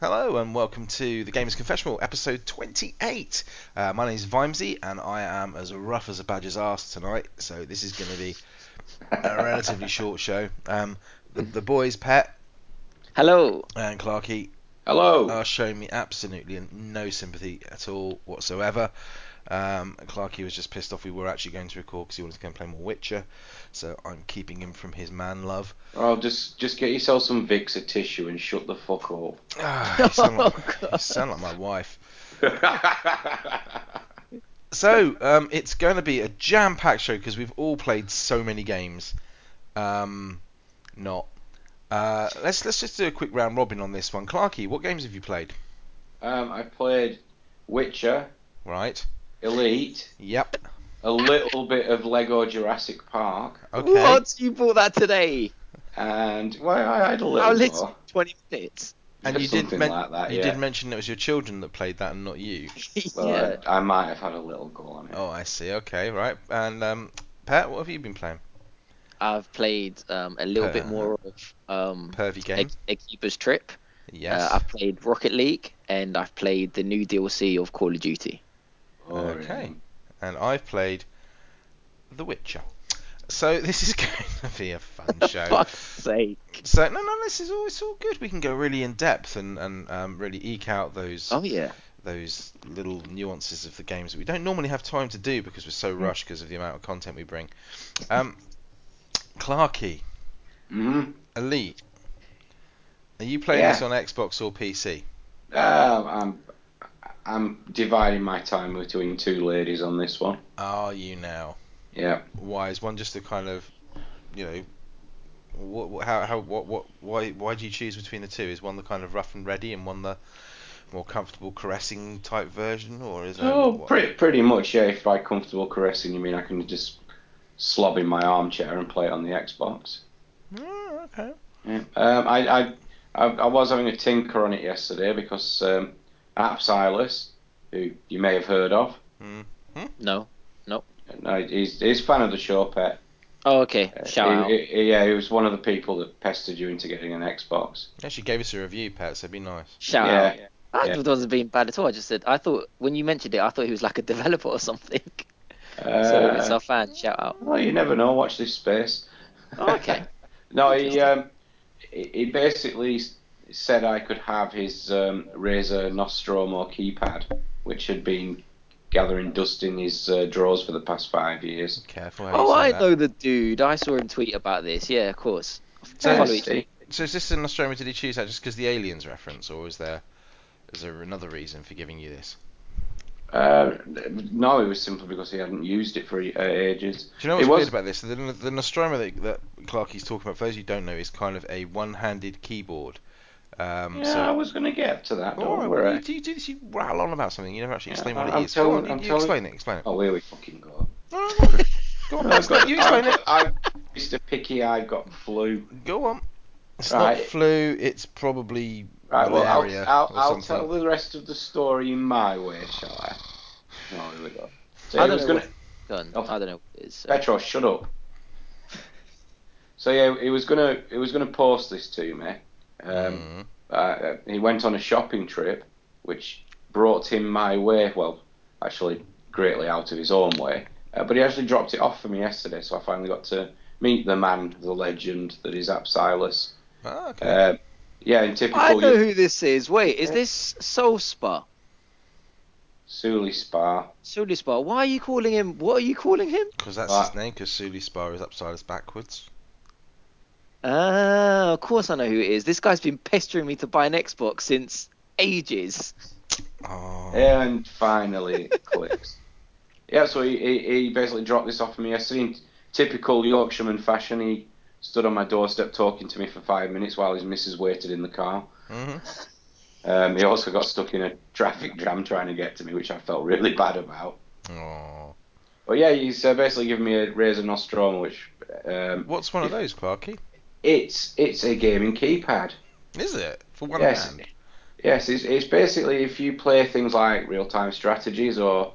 Hello and welcome to the Gamers Confessional, episode 28. Uh, my name is Vimesy and I am as rough as a badger's ass tonight, so this is going to be a relatively short show. Um, the, the boys, Pet Hello. and Clarky, Hello. are showing me absolutely no sympathy at all whatsoever. Um, Clarky was just pissed off we were actually going to record because he wanted to go and play more Witcher, so I'm keeping him from his man love. oh, just just get yourself some Vicks or tissue and shut the fuck up. Ah, you, sound like, you sound like my wife. So um, it's going to be a jam-packed show because we've all played so many games. Um, not. Uh, let's let's just do a quick round robin on this one. Clarky, what games have you played? um, I played Witcher, Right. Elite, Yep. a little bit of Lego Jurassic Park, Okay. What? You bought that today? and well, I had a little. How more. little? 20 minutes. And you Something did men- like that, you yeah. did mention it was your children that played that and not you. Well, yeah. I, I might have had a little go on it. Oh, I see. Okay, right. And um, Pat, what have you been playing? I've played um, a little bit Uh, more of um, Pervy a, game. a Keeper's Trip. Yes. Uh, I've played Rocket League and I've played the new DLC of Call of Duty. Boring. Oh, okay. and I've played The Witcher. So this is going to be a fun show. Fuck's sake. So no, no, this is all it's all good. We can go really in depth and and um, really eke out those Oh, yeah. those little nuances of the games that we don't normally have time to do because we're so rushed because of the amount of content we bring. Um, Clarky, Mhm. Elite, are you playing this on Xbox or PC? Um, I'm I'm dividing my time between two ladies on this one. Are you now? Yeah. Why is one just a kind of, you know, what, what how how what what why why do you choose between the two? Is one the kind of rough and ready and one the more comfortable caressing type version, or Um, is there- Oh, what- pretty pretty much. Yeah. If by comfortable caressing you mean I can just slob in my armchair and play it on the Xbox. Oh, okay. Yeah. Um, I, I, I, I was having a tinker on it yesterday because um, Apsilas, who you may have heard of, No. no, he's, he's a fan of the show, Pet. Oh, okay. Uh, Shout out. he- he- yeah, he was one of the people that pestered you into getting an Xbox. He Actually gave us a review, Pat, so it'd be nice. Shout yeah. out. I yeah. thought it wasn't being bad at all. I just said, I thought, when you mentioned it, I thought he was like a developer or something. Uh, so if it's our fan, shout out. well, you never know. Watch this space. Oh, okay. No, he, um, he he basically s- said I could have his um, Razer Nostromo keypad, which had been gathering dust in his uh, drawers for the past five years. Careful. How Oh, you say I that. know the dude. I saw him tweet about this. Yeah, of course. So- Follow each- see? So is this in Nostromo? Did he choose that just because the aliens reference, or is there is there another reason for giving you this? Uh, no, it was simply because he hadn't used it for uh, ages. Do you know It what's was- weird about this? The, the Nostromo that, that Clarky's talking about, for those who don't know, is kind of a one-handed keyboard. Um, Yeah, I so, was going to get to that. Don't All right, well, worry. you, do you do this? You rattle on about something. You never actually Yeah, explain what it I'm is. Go telling- on, I'm you telling- explain it. Explain it. Oh, here we fucking go. No, no, no, Go on. I've it's not got, you explain I've it. got- I've- Mr. Picky, I've got flu. Go on. It's not Right. flu. It's probably Right, well, malaria I'll, I'll, or I'll something. tell the rest of the story in my way, shall I? No, here we go. So I he don't was know going to. Done. Oh. I don't know. what it is. Petro, shut up. So yeah, he was gonna he was gonna post this to me. Um, Hmm. Mm. uh, he went on a shopping trip, which brought him my way. Well, actually, greatly out of his own way. Uh, but he actually dropped it off for me yesterday, so I finally got to meet the man, the legend that is Apsilas. Ah, okay. Uh, yeah, in typical I know U- who this is. Wait, is this Soul Spa? Suli Spa. Soul Spa. Why are you calling him? What are you calling him? Because that's Right. his name, because Suli Spar is upside us backwards. Ah, of course I know who it is. This guy's been pestering me to buy an Xbox since ages. Oh. And finally, it clicks. Yeah, so he, he, he basically dropped this off for me yesterday. In typical Yorkshireman fashion, he stood on my doorstep talking to me for five minutes while his missus waited in the car. hmm Um, he also got stuck in a traffic jam trying to get to me, which I felt really bad about. Oh. But yeah, he's uh, basically given me a Razer Nostromo, which um, What's one of those, Clarky? it's it's a gaming keypad. Is it for one yes, hand? yes, it's, it's basically if you play things like real time strategies or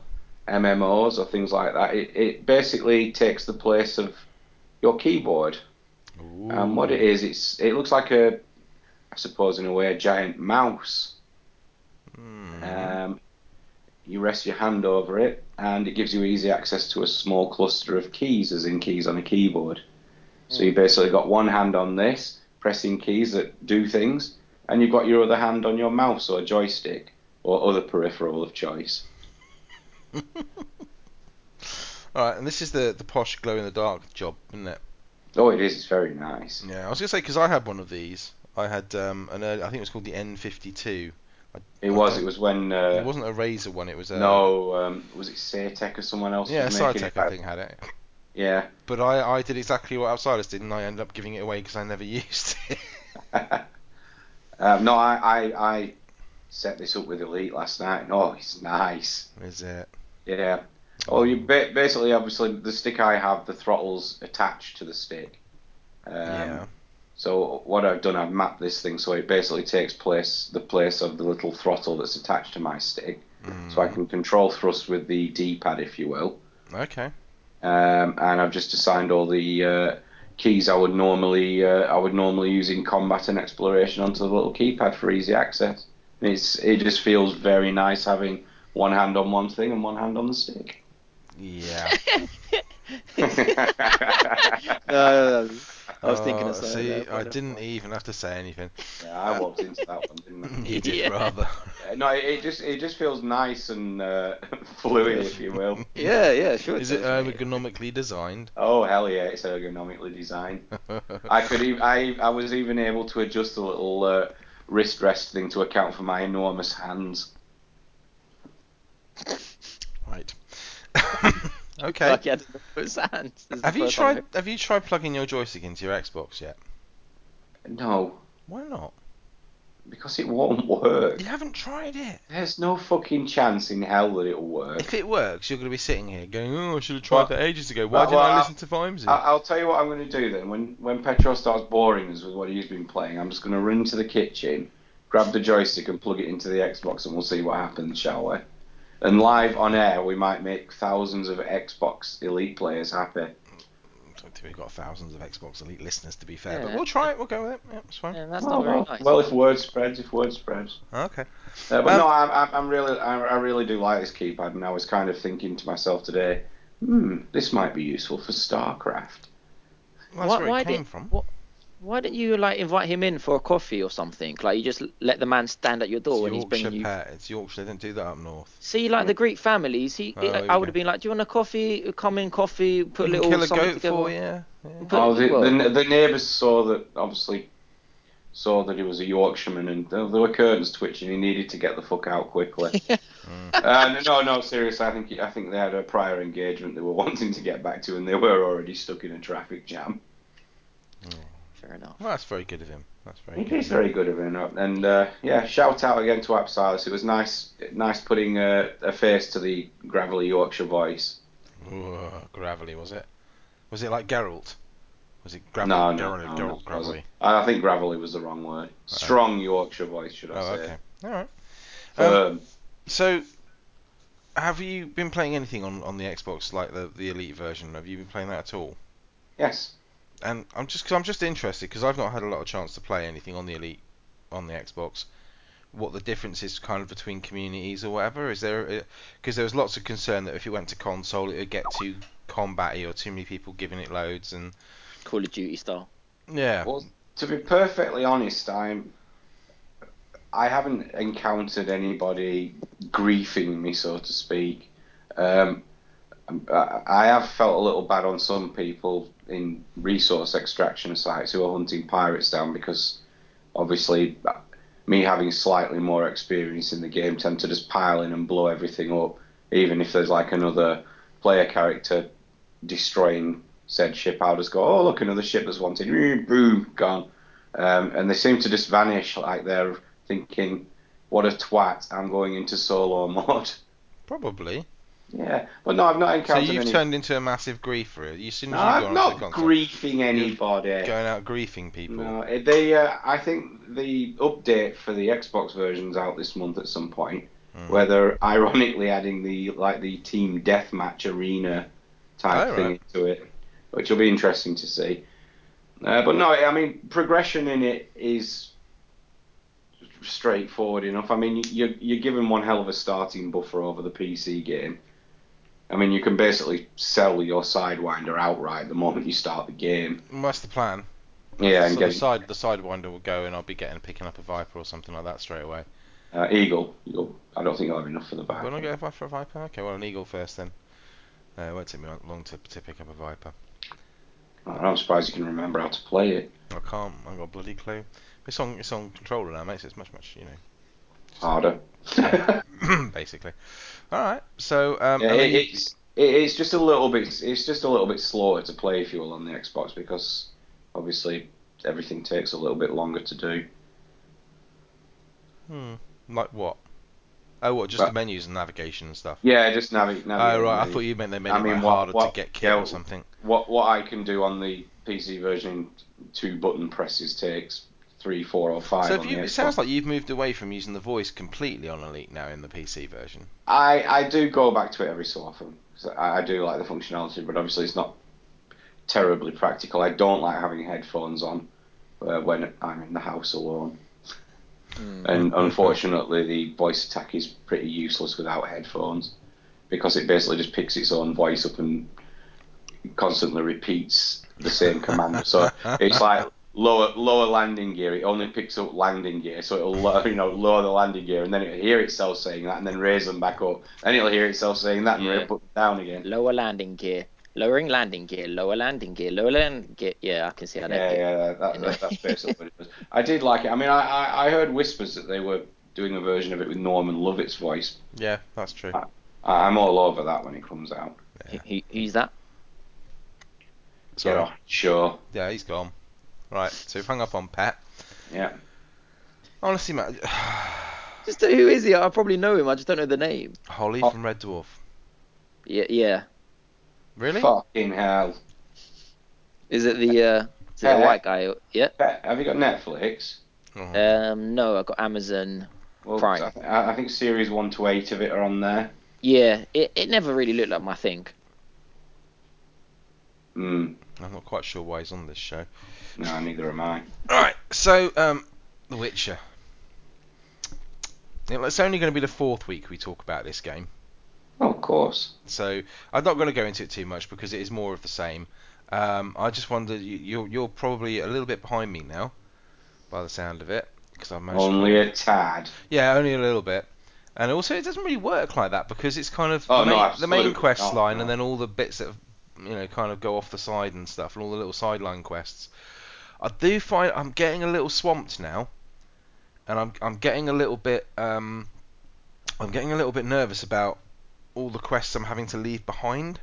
MMOs or things like that, it, it basically takes the place of your keyboard. Ooh. Um, And what it is, it's it looks like a, I suppose in a way, a giant mouse. Hmm. Um, you rest your hand over it, and it gives you easy access to a small cluster of keys, as in keys on a keyboard. Mm. So you basically got one hand on this, pressing keys that do things, and you've got your other hand on your mouse or joystick or other peripheral of choice. All right, and this is the the posh glow in the dark job, isn't it? Oh, it is. It's very nice. Yeah, I was gonna say because I had one of these. I had um, an early, I think it was called the N52. It was. It was when. It Uh, wasn't a Razor one. It was a no, um, was it Satech or someone else? Yeah, was making it? Cytec I think had it. Yeah. But I, I did exactly what Outsiders did, and I ended up giving it away because I never used it. um, no, I, I, I set this up with Elite last night. and, Oh, it's nice. Is it? Yeah. Well, you ba- basically, obviously, the stick I have, the throttle's attached to the stick. Um, yeah. So what I've done, I've mapped this thing so it basically takes place the place of the little throttle that's attached to my stick. So I Mm. can control thrust with the D-pad, if you will. Hmm. Okay. Um, and I've just assigned all the uh, keys I would normally uh, I would normally use in combat and exploration onto the little keypad for easy access. And it's it just feels very nice having one hand on one thing and one hand on the stick. Yeah. yeah, No, no, no. I was thinking Uh, of something. See, there. I didn't even have to say anything. I walked into that one, didn't You did Yeah. rather. I? Uh, No, it- it just it just feels nice and uh, fluid, if you will. Yeah, yeah, sure. Is it uh, does, mate. ergonomically designed? Oh hell yeah, it's ergonomically designed. I could even I I was even able to adjust the little uh, wrist rest thing to account for my enormous hands. right. okay. Like, yeah, those hands. This is the Have you first time tried? Have you tried plugging your joystick into your Xbox yet? No, Why not? because it won't work. You haven't tried it. There's no fucking chance in hell that it'll work. If it works, you're going to be sitting here going, "Oh, I should have tried Well- that ages ago. Why well, didn't I well, listen to Vimesy?" uh, I- I'll tell you what I'm going to do then. When when Petro starts boring us with what he's been playing, I'm just going to run into the kitchen, grab the joystick, and plug it into the Xbox, and we'll see what happens, shall we? And live on air, we might make thousands of Xbox Elite players happy. I don't think we've got thousands of Xbox Elite listeners, to be fair, but Yeah. we'll try it. We'll go with it. Yeah, it's fine. Yeah, that's well, not very well, nice. Oh, well, if word spreads, if word spreads. Okay. Uh, but Um, no, I'm, I'm, I'm really, I, I really do like this keypad, and I was kind of thinking to myself today, hmm, this might be useful for StarCraft. Well, that's why, where it why came did, from. wh- why don't you like invite him in for a coffee or something? Like you just let the man stand at your It's door and he's Yorkshire bringing you. pet. It's Yorkshire. They don't do that up north. See, like the Greek families, he, Mm. Oh, he- there I you go. would have been like, "Do you want a coffee? Come in, coffee. Put a You can little kill a something goat together." for you. Yeah. Put- Oh, the, well, the, the neighbours saw that, obviously, saw that he was a Yorkshireman and there there were curtains twitching. He needed to get the fuck out quickly. Mm. uh, no, no, seriously, I think I think they had a prior engagement they were wanting to get back to and they were already stuck in a traffic jam. fair enough. Well, that's very good of him. That's very It good. is very good of him. And uh, yeah, shout out again to Apsilis. It was nice nice putting a, a face to the gravelly Yorkshire voice. Ooh, gravelly was it? Was it like Geralt? Was it gravelly? No, no, Geralt, no, no, Geralt it gravelly. wasn't. I I think gravelly was the wrong word. Strong Yorkshire voice, should I Oh, say. okay. All right. Um, Firm. So, have you been playing anything on, on the Xbox, like the, the Elite version? Have you been playing that at all? yes. And I'm just cause I'm just interested because I've not had a lot of chance to play anything on the Elite on the Xbox. What the difference is kind of between communities or whatever is there? Because there was lots of concern that if it went to console, it would get too combatty or too many people giving it loads and Call of Duty style. yeah. Well, to be perfectly honest, I'm. I haven't encountered anybody griefing me, so to speak. Um, I I have felt a little bad on some people in resource extraction sites who are hunting pirates down because, obviously, me having slightly more experience in the game tend to just pile in and blow everything up, even if there's like another player character destroying said ship, I'll just go, oh, look, another ship that's wanted. Boom, gone. Um, and they seem to just vanish like they're thinking, what a twat, I'm going into solo mode. Probably. yeah. But no, I've not So encountered you've any. turned into a massive griefer. You as soon No, as you've I'm gone not onto the console, griefing anybody. going out griefing people. No, eh, they. Uh, I think the update for the Xbox version's out this month at some point. Hmm. Mm. Where they're ironically adding the like the team deathmatch arena type Oh, thing right. into it, which will be interesting to see. Uh, but no, I mean progression in it is straightforward enough. I mean, you, you're given one hell of a starting buffer over the PC game. I mean, you can basically sell your Sidewinder outright the moment you start the game. Well, that's the plan. Yeah, and so the get side the sidewinder will go, and I'll be getting picking up a viper or something like that straight away. uh, Eagle. You'll, I don't think I'll have enough for the back. Will I get a viper? A viper? Okay, well an eagle first then. Uh, it won't take me long- long to, to pick up a viper. I'm surprised you can remember how to play it. I can't. I've got a bloody clue. It's on it's on controller now, mate. So it's much much you Harder. know basically. All right. So um, Yeah, and then it, you- it's it, it's just a little bit it's just a little bit slower to play if you will on the Xbox because obviously everything takes a little bit longer to do. hmm, like what? Oh, what? Just the But- menus and navigation and stuff. Yeah, just navigate. Oh right, I thought you meant they made I it mean, like, what- harder what- to get kit yeah, or something. what what I can do on the PC version, two button presses takes three, four, or five. So if on you, the it Xbox. sounds like you've moved away from using the voice completely on Elite now in the PC version. I I do go back to it every so often. 'cause I, I do like the functionality, but obviously it's not terribly practical. I don't like having headphones on uh, when I'm in the house alone. Mm. And unfortunately, the voice attack is pretty useless without headphones because it basically just picks its own voice up and constantly repeats the same command. So it's like lower lower landing gear. It only picks up landing gear, so it'll lo- you know lower the landing gear, and then it'll hear itself saying that, and then raise them back up, and it'll hear itself saying that, and Yeah. it'll put them down again. Lower landing gear. Lowering landing gear. Lower landing gear. Lower landing gear. Yeah, I can see how Yeah, that. yeah, that, that, that, that's basically what it was. I did like it. I mean, I, I, I heard whispers that they were doing a version of it with Norman Lovett's voice. Yeah, that's true. Ah. I- I'm all over that when it comes out. Who, who, who's that? Sorry. Yeah, sure. Yeah, he's gone. Right, so we've hung up on Pat. Yeah. Honestly, Matt, Just who is he? I probably know him. I just don't know the name. Holly Oh. from Red Dwarf. Yeah, yeah. Really? Fucking hell. Is it the uh, is it Yeah. the white guy? Yeah. Pet, Have you got Netflix? Oh. Um, no, I got Amazon. Well, Prime. I, th- I I think series one to eight of it are on there. Yeah, it, it never really looked like my thing. Mm, I'm not quite sure why he's on this show. no, neither am I. Right, so um, The Witcher. Now, It's only going to be the fourth week we talk about this game, Oh, of course. so I'm not going to go into it too much because it is more of the same. Um, I just wonder you, you're you're probably a little bit behind me now, by the sound of it, because I managed. to- Only a tad. Yeah, only a little bit. And also, it doesn't really work like that because it's kind of Oh, the, no, main, the main absolutely quest not, line, no. and then all the bits that you know kind of go off the side and stuff, and all the little sideline quests. I do find I'm getting a little swamped now, and I'm I'm getting a little bit um I'm getting a little bit nervous about all the quests I'm having to leave behind.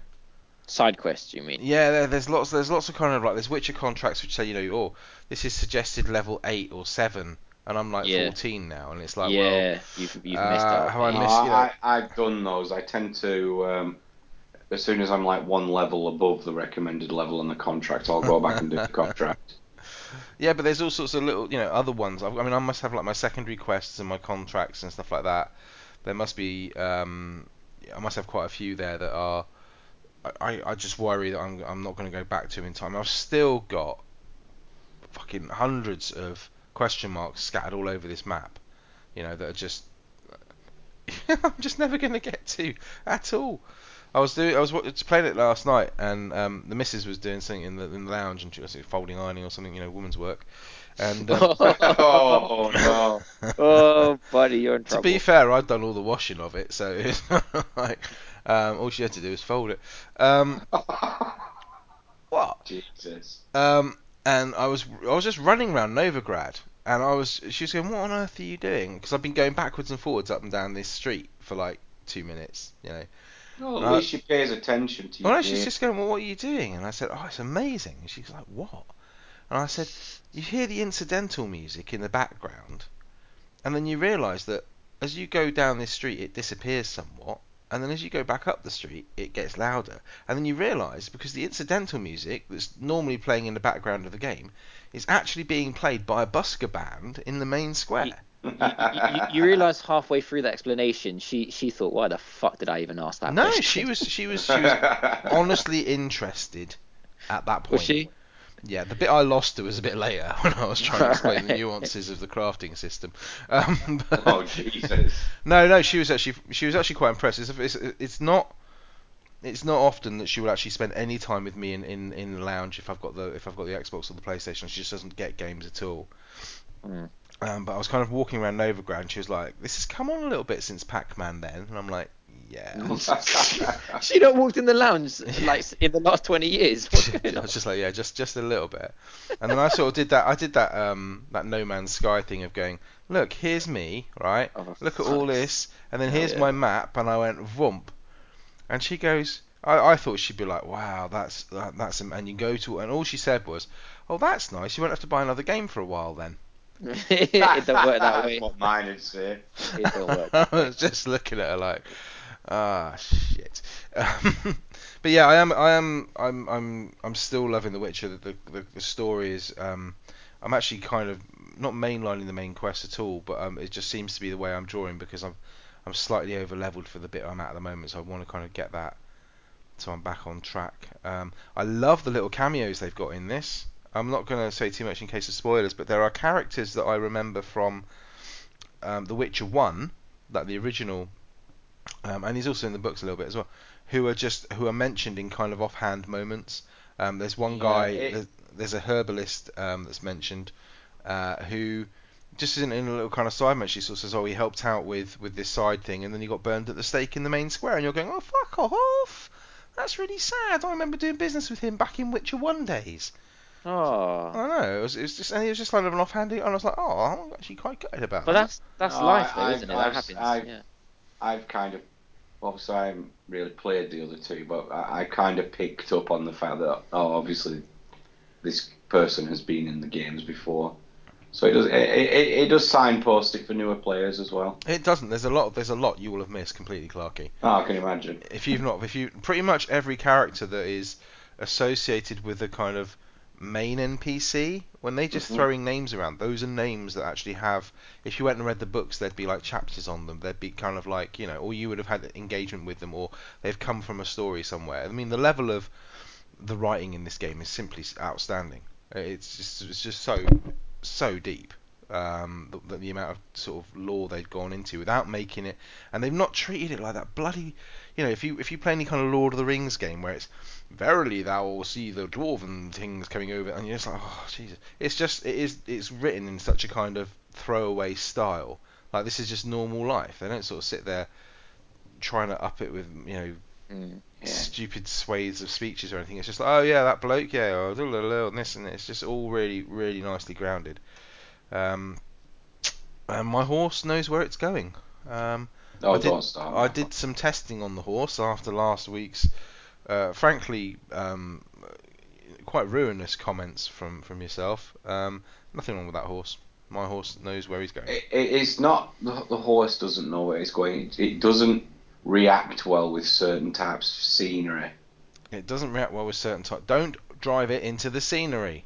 Side quest, you mean? Yeah, there, there's lots. There's lots of kind of like there's Witcher contracts which say you know, oh, this is suggested level eight or seven, and I'm like Yeah. 14 now, and it's like, yeah, well, you've, you've uh, messed up. have I mate. No, missed- you know- Oh, I, I've done those. I tend to, um, as soon as I'm like one level above the recommended level on the contract, I'll go back and do the contract. Yeah, but there's all sorts of little, you know, other ones. I've, I mean, I must have like my secondary quests and my contracts and stuff like that. There must be, um, I must have quite a few there that are. I- I, I just worry that I'm, I'm not going to go back to in time. I've still got fucking hundreds of question marks scattered all over this map, you know, that are just I'm just never going to get to at all. I was doing I was wa- playing it last night, and um, the missus was doing something in the, in the lounge, and she was folding ironing or something, you know, woman's work. And um, oh, no. oh, buddy, you're in to trouble. be fair, I'd done all the washing of it, so it's like um, all she had to do was fold it. Um, what? Jesus. Um, and I was I was just running around Novigrad, and I was she was going, "What on earth are you doing?" Because I've been going backwards and forwards up and down this street for like two minutes, you know. Well, No. at least she pays attention to you. Well, no, she's dear. just going, "Well, what are you doing?" And I said, "Oh, it's amazing." And she's like, "What?" And I said, "You hear the incidental music in the background, and then you realise that as you go down this street, it disappears somewhat, and then as you go back up the street, it gets louder, and then you realise because the incidental music that's normally playing in the background of the game is actually being played by a busker band in the main square." you, you realise halfway through that explanation, she she thought, why the fuck did I even ask that? No, question?" she was she was she was honestly interested at that point. Was she? Yeah, the bit I lost it was a bit later when I was trying to explain the nuances of the crafting system. Um, but- Oh Jesus! no, no, she was actually she was actually quite impressed. It's, it's, it's not it's not often that she will actually spend any time with me in, in, in the lounge if I've got the if I've got the Xbox or the PlayStation. She just doesn't get games at all. Mm. Um, but I was kind of walking around Novigrad, and she was like, "This has come on a little bit since Pac-Man." Then, and I'm like, "Yeah." She not walked in the lounge like in the last twenty years. What's going I on? was just like, yeah, just just a little bit. And then I sort of did that. I did that um that No Man's Sky thing of going, look, here's me, right? Oh, Look at all nice. this, and then Hell here's yeah. my map. And I went vump, and she goes, I, I thought she'd be like, wow, that's that, that's am-" and you go to and all she said was, oh, that's nice. You won't have to buy another game for a while then. it don't work that way. That's what mine would say. It don't work. I was just looking at her like, ah, shit. Um, but yeah, I am, I am, I'm, I'm, I'm still loving The Witcher. The, the, the story is, um, I'm actually kind of not mainlining the main quest at all, but um, it just seems to be the way I'm drawing because I'm, I'm slightly over leveled for the bit I'm at at the moment, so I want to kind of get that, so I'm back on track. Um, I love the little cameos they've got in this. I'm not going to say too much in case of spoilers, but there are characters that I remember from um, The Witcher One, like the original, um, and he's also in the books a little bit as well, who are just who are mentioned in kind of offhand moments. Um, there's one Yeah, guy, it- there's, there's a herbalist um, that's mentioned, uh, who just isn't in a little kind of side mention. She sort of says, "Oh, he helped out with with this side thing, and then he got burned at the stake in the main square," and you're going, "Oh, fuck off." That's really sad. I remember doing business with him back in Witcher One days. Oh, I know it was, it was just, and he was just like an offhand, and I was like, oh, I'm actually quite gutted about but that. that's that's No, life, I- though, I- isn't it? I- that happens. I- yeah. I've kind of, obviously, I haven't really played the other two, but I, I kind of picked up on the fact that, oh, obviously, this person has been in the games before. So it does it, it, it does signpost it for newer players as well. It doesn't. There's a lot. There's a lot you will have missed completely, Clarky. Oh, I can imagine. If you've not, if you pretty much every character that is associated with the kind of main NPC, when they just Mhm. throwing names around, those are names that actually have. If you went and read the books, there'd be like chapters on them. There'd be kind of like you know, or you would have had engagement with them, or they've come from a story somewhere. I mean, the level of the writing in this game is simply outstanding. It's just it's just so so deep. Um, the, the amount of sort of lore they've gone into without making it, and they've not treated it like that bloody. You know, if you if you play any kind of Lord of the Rings game where it's verily thou will see the dwarven things coming over, and you're just like, oh Jesus, it's just it is it's written in such a kind of throwaway style. Like this is just normal life. They don't sort of sit there trying to up it with you know Mm. Yeah. stupid swathes of speeches or anything. It's just like, oh yeah, that bloke, yeah, oh, da, da, da, and this and that. it's just all really, really nicely grounded. Um, and my horse knows where it's going. Um, Oh, I did- don't start. I did some testing on the horse after last week's, uh, frankly, um, quite ruinous comments from from yourself. Um, nothing wrong with that horse. My horse knows where he's going. It, it, it's not the, the horse doesn't know where it's going. It, it doesn't react well with certain types of scenery. It doesn't react well with certain type. Don't drive it into the scenery.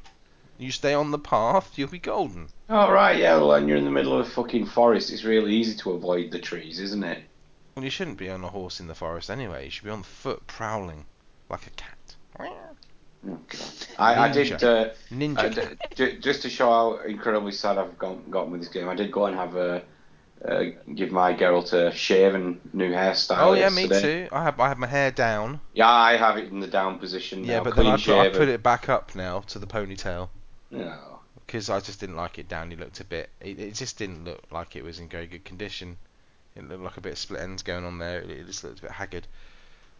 You stay on the path, you'll be golden. Oh right, yeah. Well, and you're in the middle of a fucking forest. It's really easy to avoid the trees, isn't it? Well, you shouldn't be on a horse in the forest anyway. You should be on foot, prowling like a cat. Oh, God. I, I Ninja. did. Uh, Ninja. Uh, cat. d- ju- just to show how incredibly sad I've gone, gotten with this game, I did go and have a uh, give my Geralt a shave and new hairstyle. Oh yeah, me yesterday. too. I have I have my hair down. Yeah, I have it in the down position. Yeah, now, but then clean I put, I shaven. put it back up now to the ponytail No. because I just didn't like it down. He looked a bit. It, it just didn't look like it was in very good condition. It looked like a bit of split ends going on there. It, it just looked a bit haggard.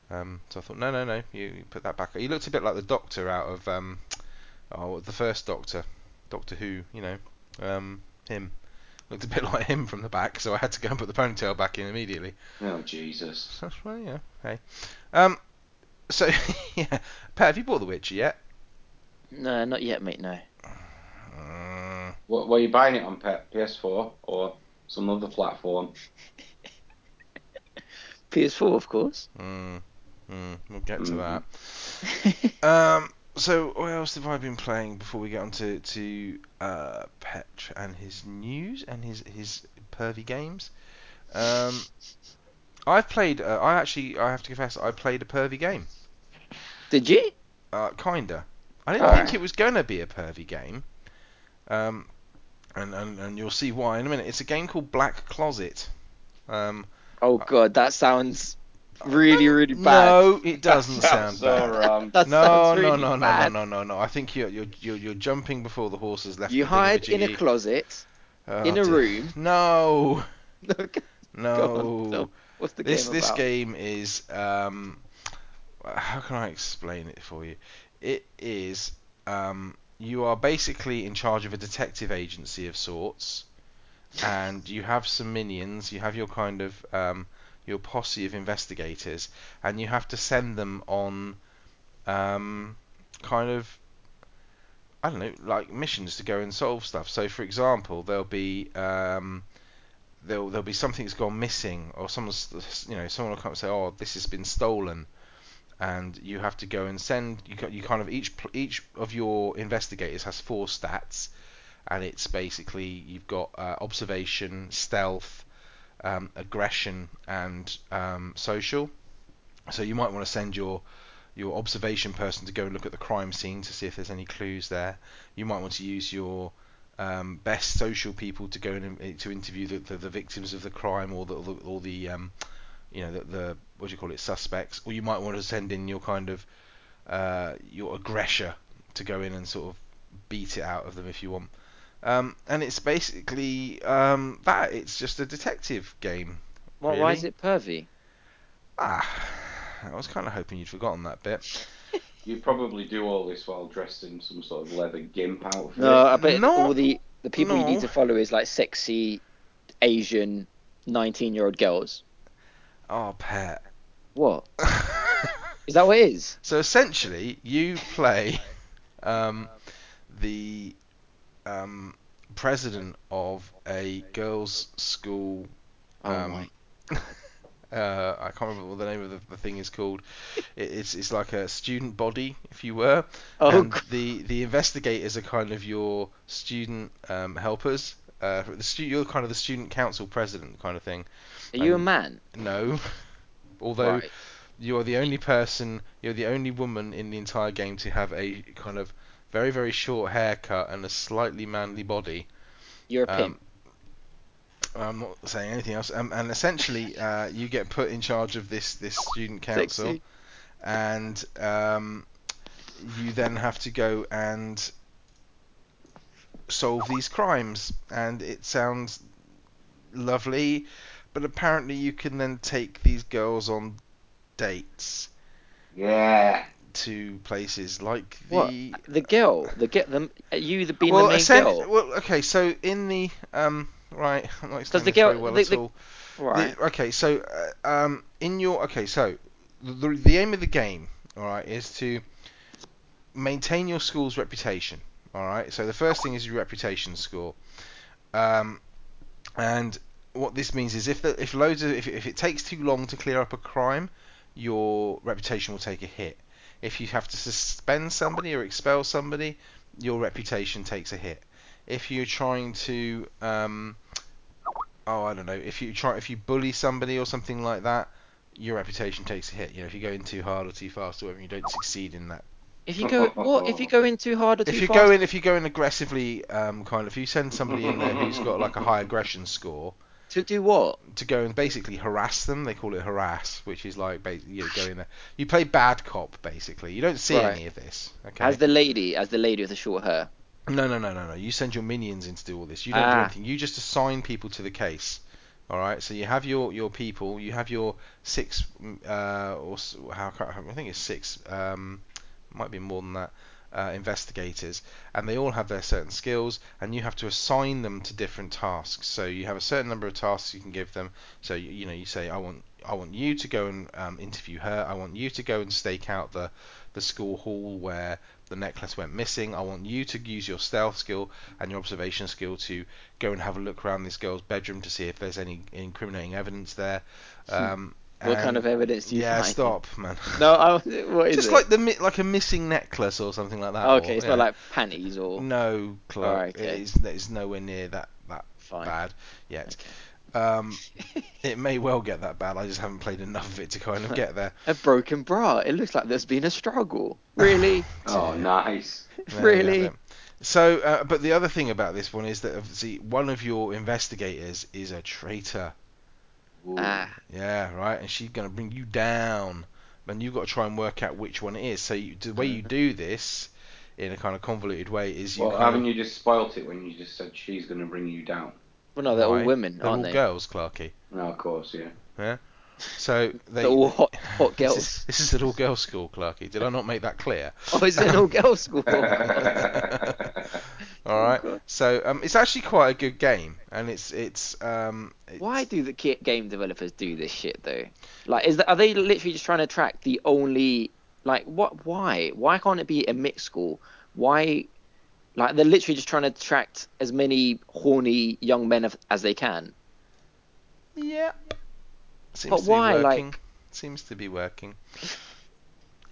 Um, so I thought, no, no, no, you, you put that back. He looked a bit like the Doctor out of um, oh, the first Doctor, Doctor Who, you know, um, him. Looked a bit like him from the back, so I had to go and put the ponytail back in immediately. Oh Jesus. So that's well, yeah, hey. Um, so yeah, Pat, have you bought The Witcher yet? No, not yet, mate. No. Mm, What, were you buying it on P- PS4 or some other platform? PS4, of course. mm, mm, we'll get to Mm. that. Um, so what else have I been playing before we get on to, to uh, Petr and his news and his, his pervy games? Um, I've played. Uh, I actually, I have to confess, I played a pervy game. Did you? Uh, kinda. I didn't All think right. it was going to be a pervy game. Um, and, and, and you'll see why in a minute. It's a game called Black Closet. Um, Oh god, that sounds really, really bad. No, it doesn't sound so bad. wrong. That No, sounds no, really no, no, no, bad. no, no, no. I think you're you're you're, you're jumping before the horse has left. You the thing of hide in a GE. closet, Oh, in a dear. room. No, Look, no. God, no. What's the this game this about? game is um, how can I explain it for you? It is um, you are basically in charge of a detective agency of sorts, and you have some minions. You have your kind of um, your posse of investigators, and you have to send them on um, kind of I don't know, like missions to go and solve stuff. So, for example, there'll be um, there'll there'll be something that's gone missing, or someone's you know someone will come and say, oh, this has been stolen, and you have to go and send you ca- you kind of each pl- each of your investigators has four stats, and it's basically you've got uh, observation, stealth, um, aggression, and um, social. So you might want to send your your observation person to go and look at the crime scene to see if there's any clues there. You might want to use your um, best social people to go and in, to interview the, the, the victims of the crime or the or the, or the um, you know the, the what do you call it suspects. Or you might want to send in your kind of uh, your aggressor to go in and sort of beat it out of them if you want. Um, and it's basically um, that. It's just a detective game. Why- Why is really? it pervy? Ah, I was kind of hoping you'd forgotten that bit. You probably do all this while dressed in some sort of leather gimp outfit. No, I bet No. all the the people you No. need to follow is like sexy Asian nineteen year old girls. Oh, pet. What is that? What it is? so essentially, you play um, the um, president of a girls' school. Oh Um, my! Uh, I can't remember what the name of the, the thing is called. It, it's it's like a student body, if you were. Oh, and God. the the investigators are kind of your student um, helpers. Uh, the stu- you're kind of the student council president kind of thing. are you a um, man? No, although Right. you're the only person, you're the only woman in the entire game to have a kind of very, very short haircut and a slightly manly body. You're a um, pimp. I'm not saying anything else. Um, and essentially, uh, you get put in charge of this this student council, Sexy. and um, you then have to go and solve these crimes. And it sounds lovely, but apparently you can then take these girls on dates. Yeah. to places like What? the The girl, the get them. Are you the being well, the main essen- girl? well, okay, so in the um, right, I'm not explaining the this very girl- well the- at the- all. The- Right. okay, so uh, um, in your okay, so the the aim of the game, all right, is to maintain your school's reputation. All right, so the first thing is your reputation score, um, and what this means is if the, if loads of if, if it takes too long to clear up a crime, your reputation will take a hit. If you have to suspend somebody or expel somebody, your reputation takes a hit. If you're trying to, um, oh, I don't know, if you try, if you bully somebody or something like that, your reputation takes a hit. You know, if you go in too hard or too fast or whatever, you don't succeed in that. If you go, what? If you go in too hard or too If you fast? go in, if you go in aggressively, um, kind of, if you send somebody in there who's got like a high aggression score to do what? to go and basically harass them, they call it harass, which is like basically you know, go in there. You play bad cop basically. You don't see Right. any of this. Okay. As the lady, as the lady with the short hair. No, no, no, no, no. You send your minions in to do all this. You don't do Ah. anything. You just assign people to the case. All right. So you have your, your people. You have your six mm, uh, or s- how ca- I think it's six. Um, might be more than that. Uh, investigators, and they all have their certain skills, and you have to assign them to different tasks. So you have a certain number of tasks you can give them. So you, you know, you say, I want, I want you to go and um, interview her. I want you to go and stake out the, the school hall where the necklace went missing. I want you to use your stealth skill and your observation skill to go and have a look around this girl's bedroom to see if there's any incriminating evidence there. Um, Hmm. What kind and- of evidence do you yeah, find? stop, man. No, I, what is Just it? like the mi- like a missing necklace or something like that. Oh, or- okay, it's yeah. not like panties or No, Clark. okay. It's, it's nowhere near that that fine. bad yet. Um, it may well get that bad. I just haven't played enough of it to kind of get there. A broken bra. It looks like there's been a struggle. Really? Oh, nice. There we have really? it. So, uh, but the other thing about this one is that obviously one of your investigators is a traitor. Ooh. Ah, Yeah, right. And she's going to bring you down, and you've got to try and work out which one it is. So you, the way Mm-hmm. you do this, in a kind of convoluted way, is you well, um, kind haven't of you just spoilt it when you just said she's going to bring you down? well, no, they're all Right. women, they're all aren't they? girls, Clarky. No, of course, yeah. So they They're all hot, hot This is- girls. This is an all girl school, Clarky. Did I not make that clear? Oh, is it an all-girl school? All right. God. so um, it's actually quite a good game, and it's it's um. It's, Why do the ki- game developers do this shit though? Like, is that are they literally just trying to attract the only like what? Why? Why can't it be a mixed school? Why? Like they're literally just trying to attract as many horny young men of- as they can. Yep. Seems But to be why, like- working. Seems to be working.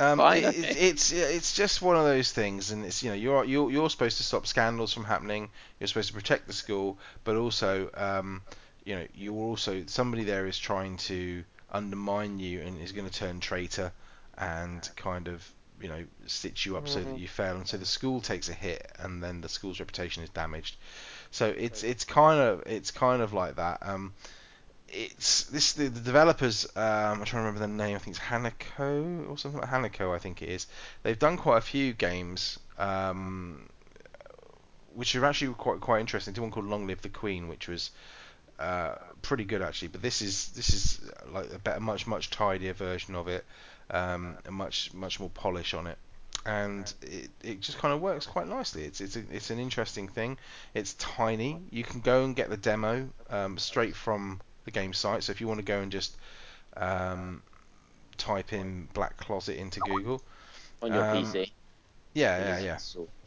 Um, Why? it, it, it's it's just one of those things, and it's you know you're you're you're supposed to stop scandals from happening. You're supposed to protect the school, but also um, you know you're also somebody there is trying to undermine you and is going to turn traitor and kind of you know stitch you up so that you fail, and so the school takes a hit, and then the school's reputation is damaged. So it's it's kind of it's kind of like that. Um, it's this the, the developers. Um, I'm trying to remember the name. I think it's Hanako or something. like Hanako, I think it is. They've done quite a few games, um, which are actually quite quite interesting. They did one called Long Live the Queen, which was uh, pretty good actually. But this is this is uh, like a better, much much tidier version of it, um, and much much more polish on it. And it, it just kind of works quite nicely. It's it's a, it's an interesting thing. It's tiny. You can go and get the demo um, straight from the game site. So if you want to go and just um, type in Black Closet into Google, On your Um, PC. yeah, yeah, yeah,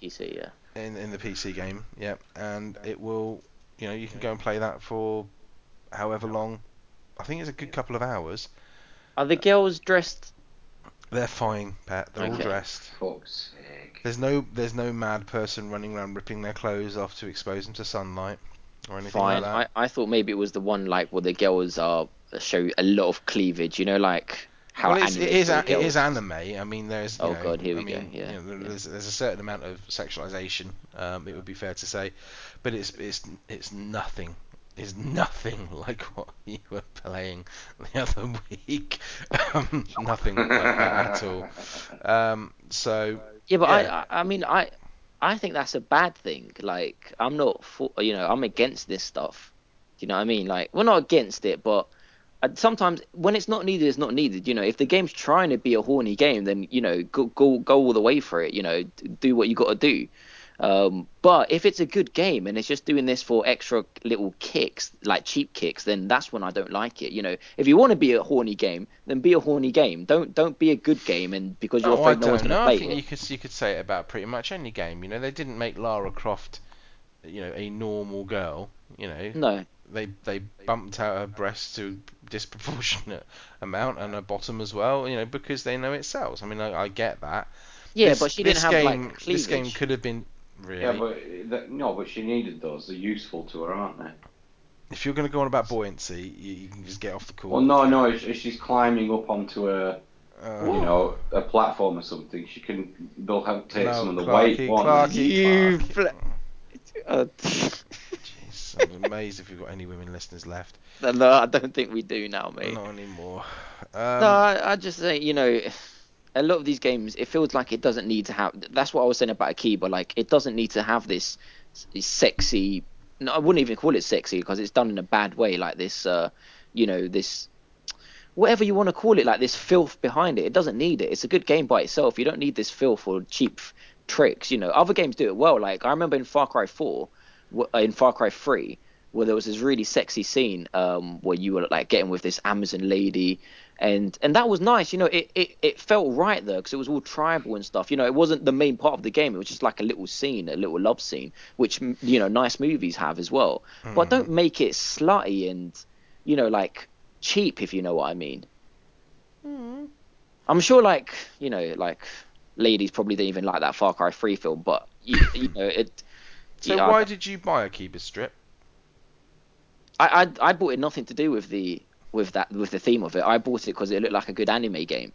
PC, yeah. in in the PC game, yeah, and it will, you know, you can go and play that for however long. I think it's a good couple of hours. Are the girls dressed? They're fine, Pat. They're all Okay. dressed. Fuck's sake. There's no there's no mad person running around ripping their clothes off to expose them to sunlight or anything Fine. like that. I, I thought maybe it was the one like where the girls are show a lot of cleavage. You know, like how well, it's, it animated is the a- it girls- is anime. I mean, there's you Oh, know, God, here I we go, mean, yeah, you know, there- yeah. there's, there's a certain amount of sexualization. Um, it would be fair to say, but it's it's it's nothing. It's nothing like what you were playing the other week. um, nothing like that at all. Um, so Yeah, but Yeah. I, I, I mean, I, I think that's a bad thing. Like, I'm not for, you know, I'm against this stuff. Do you know what I mean? Like, we're not against it, but uh, sometimes when it's not needed, it's not needed. You know, if the game's trying to be a horny game, then you know, go go go all the way for it. You know, d- do what you got to do. Um, but if it's a good game and it's just doing this for extra little kicks, like cheap kicks, then that's when I don't like it. You know, if you want to be a horny game, then be a horny game. Don't don't be a good game and because you're Oh, I afraid don't no one's going know. to I play think it. you could you could say it about pretty much any game. You know, they didn't make Lara Croft, you know, a normal girl. You know, No, they they bumped out her breasts to disproportionate amount and her bottom as well, you know, because they know it sells. I mean, I, I get that. Yeah, This- but she didn't this have game, like cleavage. This game could have been really. Yeah, but that, no, but she needed those. They're useful to her, aren't they? If you're going to go on about buoyancy, you, you can just get off the call. Well, no, no. If, if she's climbing up onto a, Uh, you know, a platform or something, she can. They'll have take No, some of the Clarky, weight. Clarky. Won't they? you Clarky. fl- uh, Jeez, I'm amazed if we've got any women listeners left. no, I don't think we do now, mate. Not anymore. Um, no, I, I just say you know, a lot of these games, it feels like it doesn't need to have. That's what I was saying about Akiba. Like, it doesn't need to have this, this sexy. No, I wouldn't even call it sexy because it's done in a bad way. Like this, uh, you know, this whatever you want to call it, like this filth behind it. It doesn't need it. It's a good game by itself. You don't need this filth or cheap f- tricks. You know, other games do it well. Like I remember in Far Cry 4, w- uh, in Far Cry 3, where there was this really sexy scene um, where you were like getting with this Amazon lady, and and that was nice. You know, it it, it felt right there because it was all tribal and stuff. You know, it wasn't the main part of the game. It was just like a little scene, a little love scene, which m- you know, nice movies have as well. Um, Hmm. But don't make it slutty and you know like cheap if you know what I mean. I'm sure like you know like ladies probably didn't even like that Far Cry 3 film, but you, you know it. so yeah, I- why did you buy a Kiba strip? I, I I bought it nothing to do with the with that with the theme of it. I bought it because it looked like a good anime game.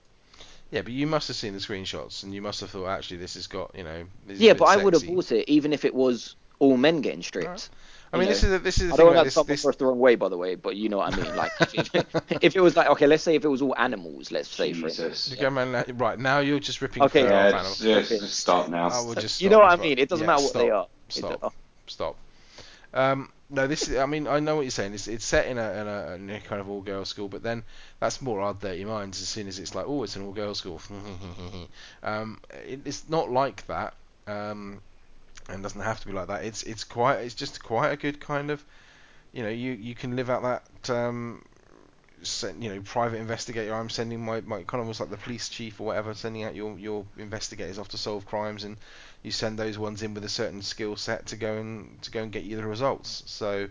Yeah, but you must have seen the screenshots and you must have thought actually this has got you know. This is yeah, a bit but I would have sexy. bought it even if it was all men getting stripped. Alright. I mean, you this is the, this is the I thing don't about want this. to come this- across the wrong way, by the way, but you know what I mean. Like, if, if it was like, okay, let's say if it was all animals, let's say for instance. Jesus. Go, man, like, right now you're just ripping Okay. fur Yeah, uh, off just, animals. yeah, just stop now. I would just you stop know what as I well. mean? It doesn't Yeah, matter what they stop, are. It do- Stop. stop. Um, no, this is. I mean, I know what you're saying. It's, it's set in a, in a in a kind of all girls school, but then that's more our dirty minds. As soon as it's like, oh, it's an all girls school. um, it, it's not like that. Um, and doesn't have to be like that. It's it's quite. It's just quite a good kind of. You know, you you can live out that. Um, sen- you know, private investigator. I'm sending my, my kind of almost like the police chief or whatever, sending out your your investigators off to solve crimes and you send those ones in with a certain skill set to go and to go and get you the results. So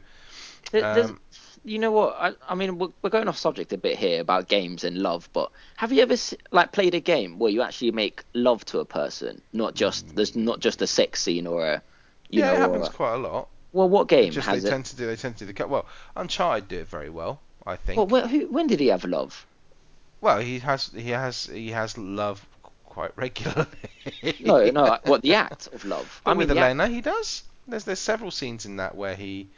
There- there's- Um, you know what? I, I mean, we're, we're going off subject a bit here about games and love, but have you ever s- like played a game where you actually make love to a person, not just there's not just a sex scene or a you Mm. yeah, know? it happens or a- quite a lot. well, what game Just they has it? tend to do they tend to do the cut. Well, Uncharted do it very well, I think. Well, wh- who, when did he have love? well, he has he has he has love qu- quite regularly. No, no. like, What the act of love? But with the act- Elena, he does. There's there's several scenes in that where he.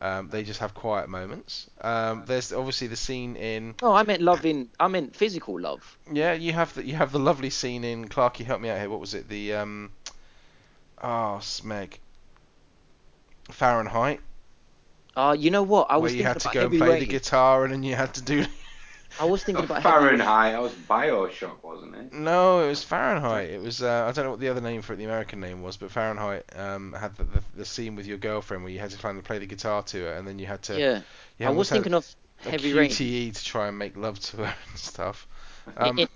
Um, they just have quiet moments. Um, there's obviously the scene in No, I meant love in. I meant physical love. yeah you have the you have the lovely scene in Clarky help me out here what was it the um oh smeg Fahrenheit Uh, you know what? I was where you thinking had to about go and heavy play the rain. guitar and then you had to do I was thinking Not about heavy rain. Fahrenheit. I was Bioshock, wasn't it? no it was Fahrenheit it was uh, I don't know what the other name for it the American name was but Fahrenheit um, had the, the, the scene with your girlfriend where you had to kind of play the guitar to her and then you had to Yeah, you I almost was had thinking of a heavy rain. QTE to try and make love to her and stuff um, It-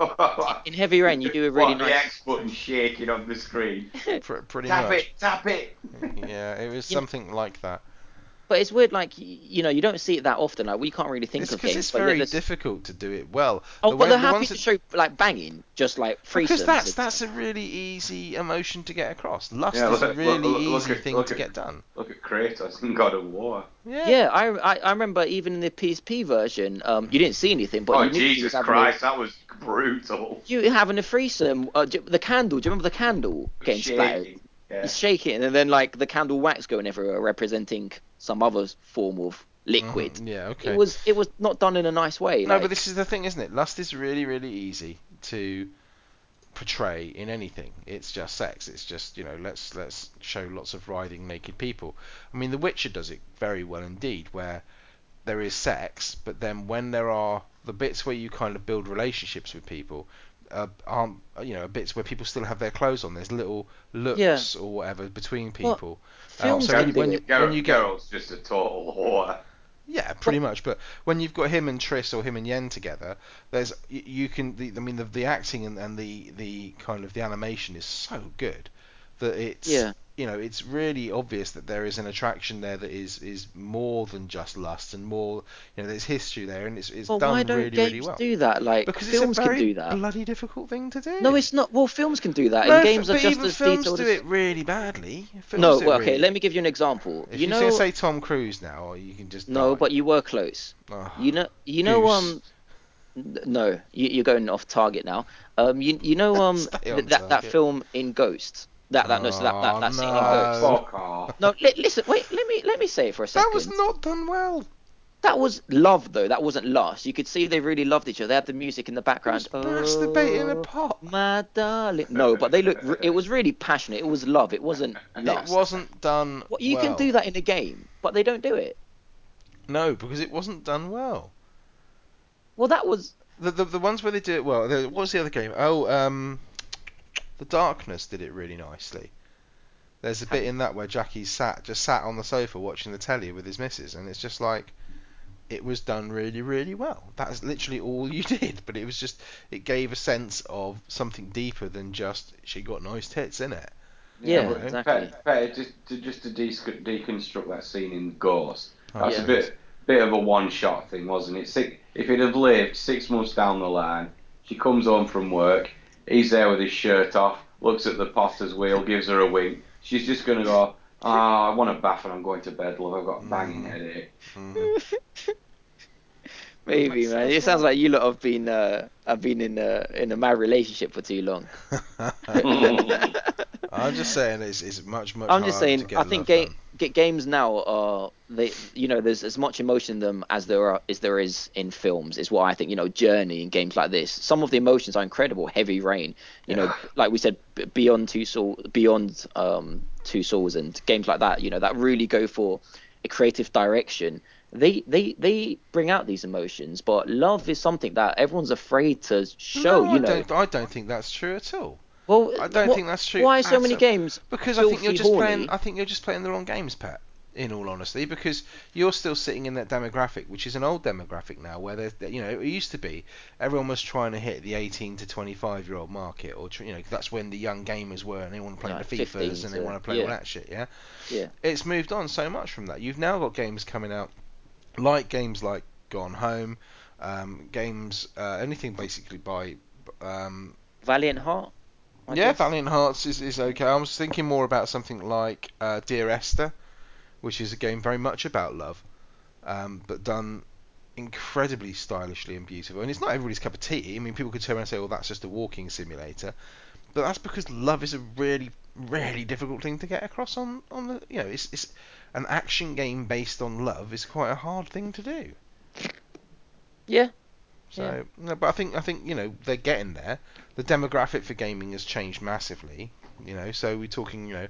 In heavy rain, you do a really what, The nice. X button shaking on the screen. pr- pretty Tap much it, tap it. yeah it was You know- something like that But it's weird, like y- you know, you don't see it that often. Like we can't really think it's of because games. it's but yeah, very there's- difficult to do it well The Oh, but way- they're the happy ones to that- show like banging, just like free. Because that's that's a really easy emotion to get across. Lust Yeah, is a look- look- really look- look easy at- thing look to at- get done. Look at Kratos in God of War. Yeah. yeah. I, I I remember even in the PSP version, um, you didn't see anything, but oh you knew he was Jesus having a- Christ, that was brutal. you having a threesome, uh, j- the candle. Do you remember the candle getting splattered? Shaking. Yeah. He's shaking, and then like the candle wax going everywhere, representing some other form of liquid. Mhm, Yeah. Okay. It was it was not done in a nice way. No, like- but this is the thing, isn't it? Lust is really, really easy to portray in anything. It's just sex. It's just you know, let's let's show lots of writhing naked people. I mean, The Witcher does it very well indeed, where there is sex, but then when there are the bits where you kind of build relationships with people, uh, aren't you know, bits where people still have their clothes on. There's little looks or whatever between Well, people. films Oh, so when, did when it. you Geralt, when you get Geralt's just a total whore. yeah, pretty much. But when you've got him and Triss or him and Yen together, there's you, you can. The, I mean, the, the acting and, and the the kind of the animation is so good that it's Yeah. you know it's really obvious that there is an attraction there that is is more than just lust and more you know there's history there and it's it's Well, done why don't really games really well do that? Like because films it's a very can do that. bloody difficult thing to do. No, it's not. Well, films can do that, No, and f- games are but just even as films detailed. do as... it really badly. Films No, do it well, okay. really- Let me give you an example. If you you, know, say, say Tom Cruise now, you can just no, die. but you were close. Oh, You know, you know, goose. um, n- no, you, you're going off target now. Um, you you know, um, Stay th- on that that target. film in Ghost. That that no, so that that, that scene in Oh, Ghost. no. Fuck off. No, li- listen, wait. Let me let me say it for a second. that was not done well. That was love though. That wasn't lust. You could see they really loved each other. They had the music in the background. It was masturbating in a Oh, pot. My darling. No, but they looked. It was really passionate. It was love. It wasn't It lust. wasn't done. What- you can well. do that in a game, but they don't do it. No, because it wasn't done well. Well, that was. The the, the ones where they do it well. The, what was the other game? Oh, um, the Darkness did it really nicely. There's a bit in that where Jackie sat just sat on the sofa watching the telly with his missus, and it's just like. It was done really, really well. That's literally all you did, but it was just it gave a sense of something deeper than just she got nice tits in it. Yeah, Yeah, but exactly. fair- fair, just to, just to de- deconstruct that scene in Ghost, that's Yeah. a bit bit of a one shot thing, wasn't it? Six, if he'd have lived six months down the line, she comes home from work, he's there with his shirt off, looks at the potter's wheel, gives her a wink. She's just gonna go, Ah, I want a bath and I'm going to bed, love. I've got a banging headache. Mm-hmm. Maybe, That's- man. that's It sounds like you lot have been uh, have been in a in a married relationship for too long. Mm. I'm just saying it's, it's much much. I'm just harder to saying, get I think love ga- ga- games now are they, you know, there's as much emotion in them as there are as there is in films. Is what I think. You know, Journey and games like this. Some of the emotions are incredible. Heavy Rain. You know, like we said, B- Beyond Two Souls, Beyond um, Two Souls, and games like that. You know, that really go for a creative direction. They they they bring out these emotions, but love is something that everyone's afraid to done. show. No, you I know, don't, I don't think that's true at all. well, I don't what- think that's true Why so at many all. games? Because I think you're filthy just horny? playing. I think you're just playing the wrong games, Pat. In all honesty, because you're still sitting in that demographic, which is an old demographic now, where there's you know it used to be everyone was trying to hit the 18 to 25 year old market, or tr- you know that's when the young gamers were, and they want to play Like the 15 FIFAs and they to- want to play all yeah. that shit, yeah. Yeah. It's moved on so much from that. You've now got games coming out, like games like Gone Home, um, games, uh, anything basically by um, Valiant Heart. I yeah, guess. Valiant Hearts is, is okay. I was thinking more about something like uh, Dear Esther, which is a game very much about love, um, but done incredibly stylishly and beautiful. And it's not everybody's cup of tea. I mean, people could turn around and say, well, that's just a walking simulator. But that's because love is a really, really difficult thing to get across on, on the. You know, it's, it's an action game based on love is quite a hard thing to do. Yeah. So, Yeah. no, but I think I think you know they're getting there. The demographic for gaming has changed massively. You know, so we're talking you know,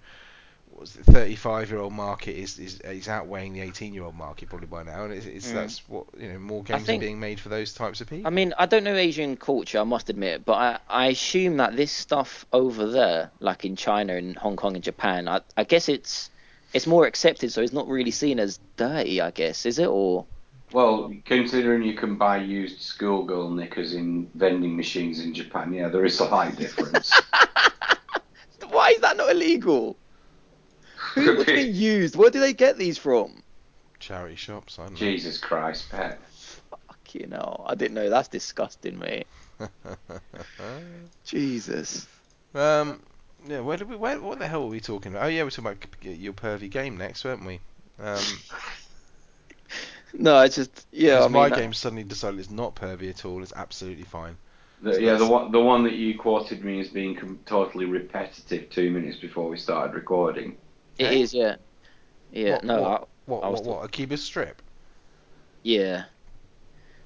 what's the 35 year old market is, is is outweighing the 18 year old market probably by now, and it's, it's Mm. that's what you know more games think- are being made for those types of people. I mean, I don't know Asian culture, I must admit, but I, I assume that this stuff over there, like in China and Hong Kong and Japan, I, I guess it's it's more accepted, so it's not really seen as dirty, I guess, is it? Or Well, considering you can buy used schoolgirl knickers in vending machines in Japan, yeah, there is a slight difference. why is that not illegal? Who would be used? Where do they get these from? Charity shops, I don't know. Jesus Christ, Pet. Fucking hell, I didn't know. That's disgusting, mate. Jesus. um, yeah, where did we? Where, what the hell were we talking about? Oh yeah, we're talking about c- your pervy game next, weren't we? Um, No, it's just yeah. 'cause I mean, my that- game suddenly decided it's not pervy at all. It's absolutely fine. The, yeah, the one, the one that you quoted me as being com- totally repetitive two minutes before we started recording. It Hey? is, yeah. Yeah, eh? What- no, I- What? I was What? What? Akiba Strip. Yeah.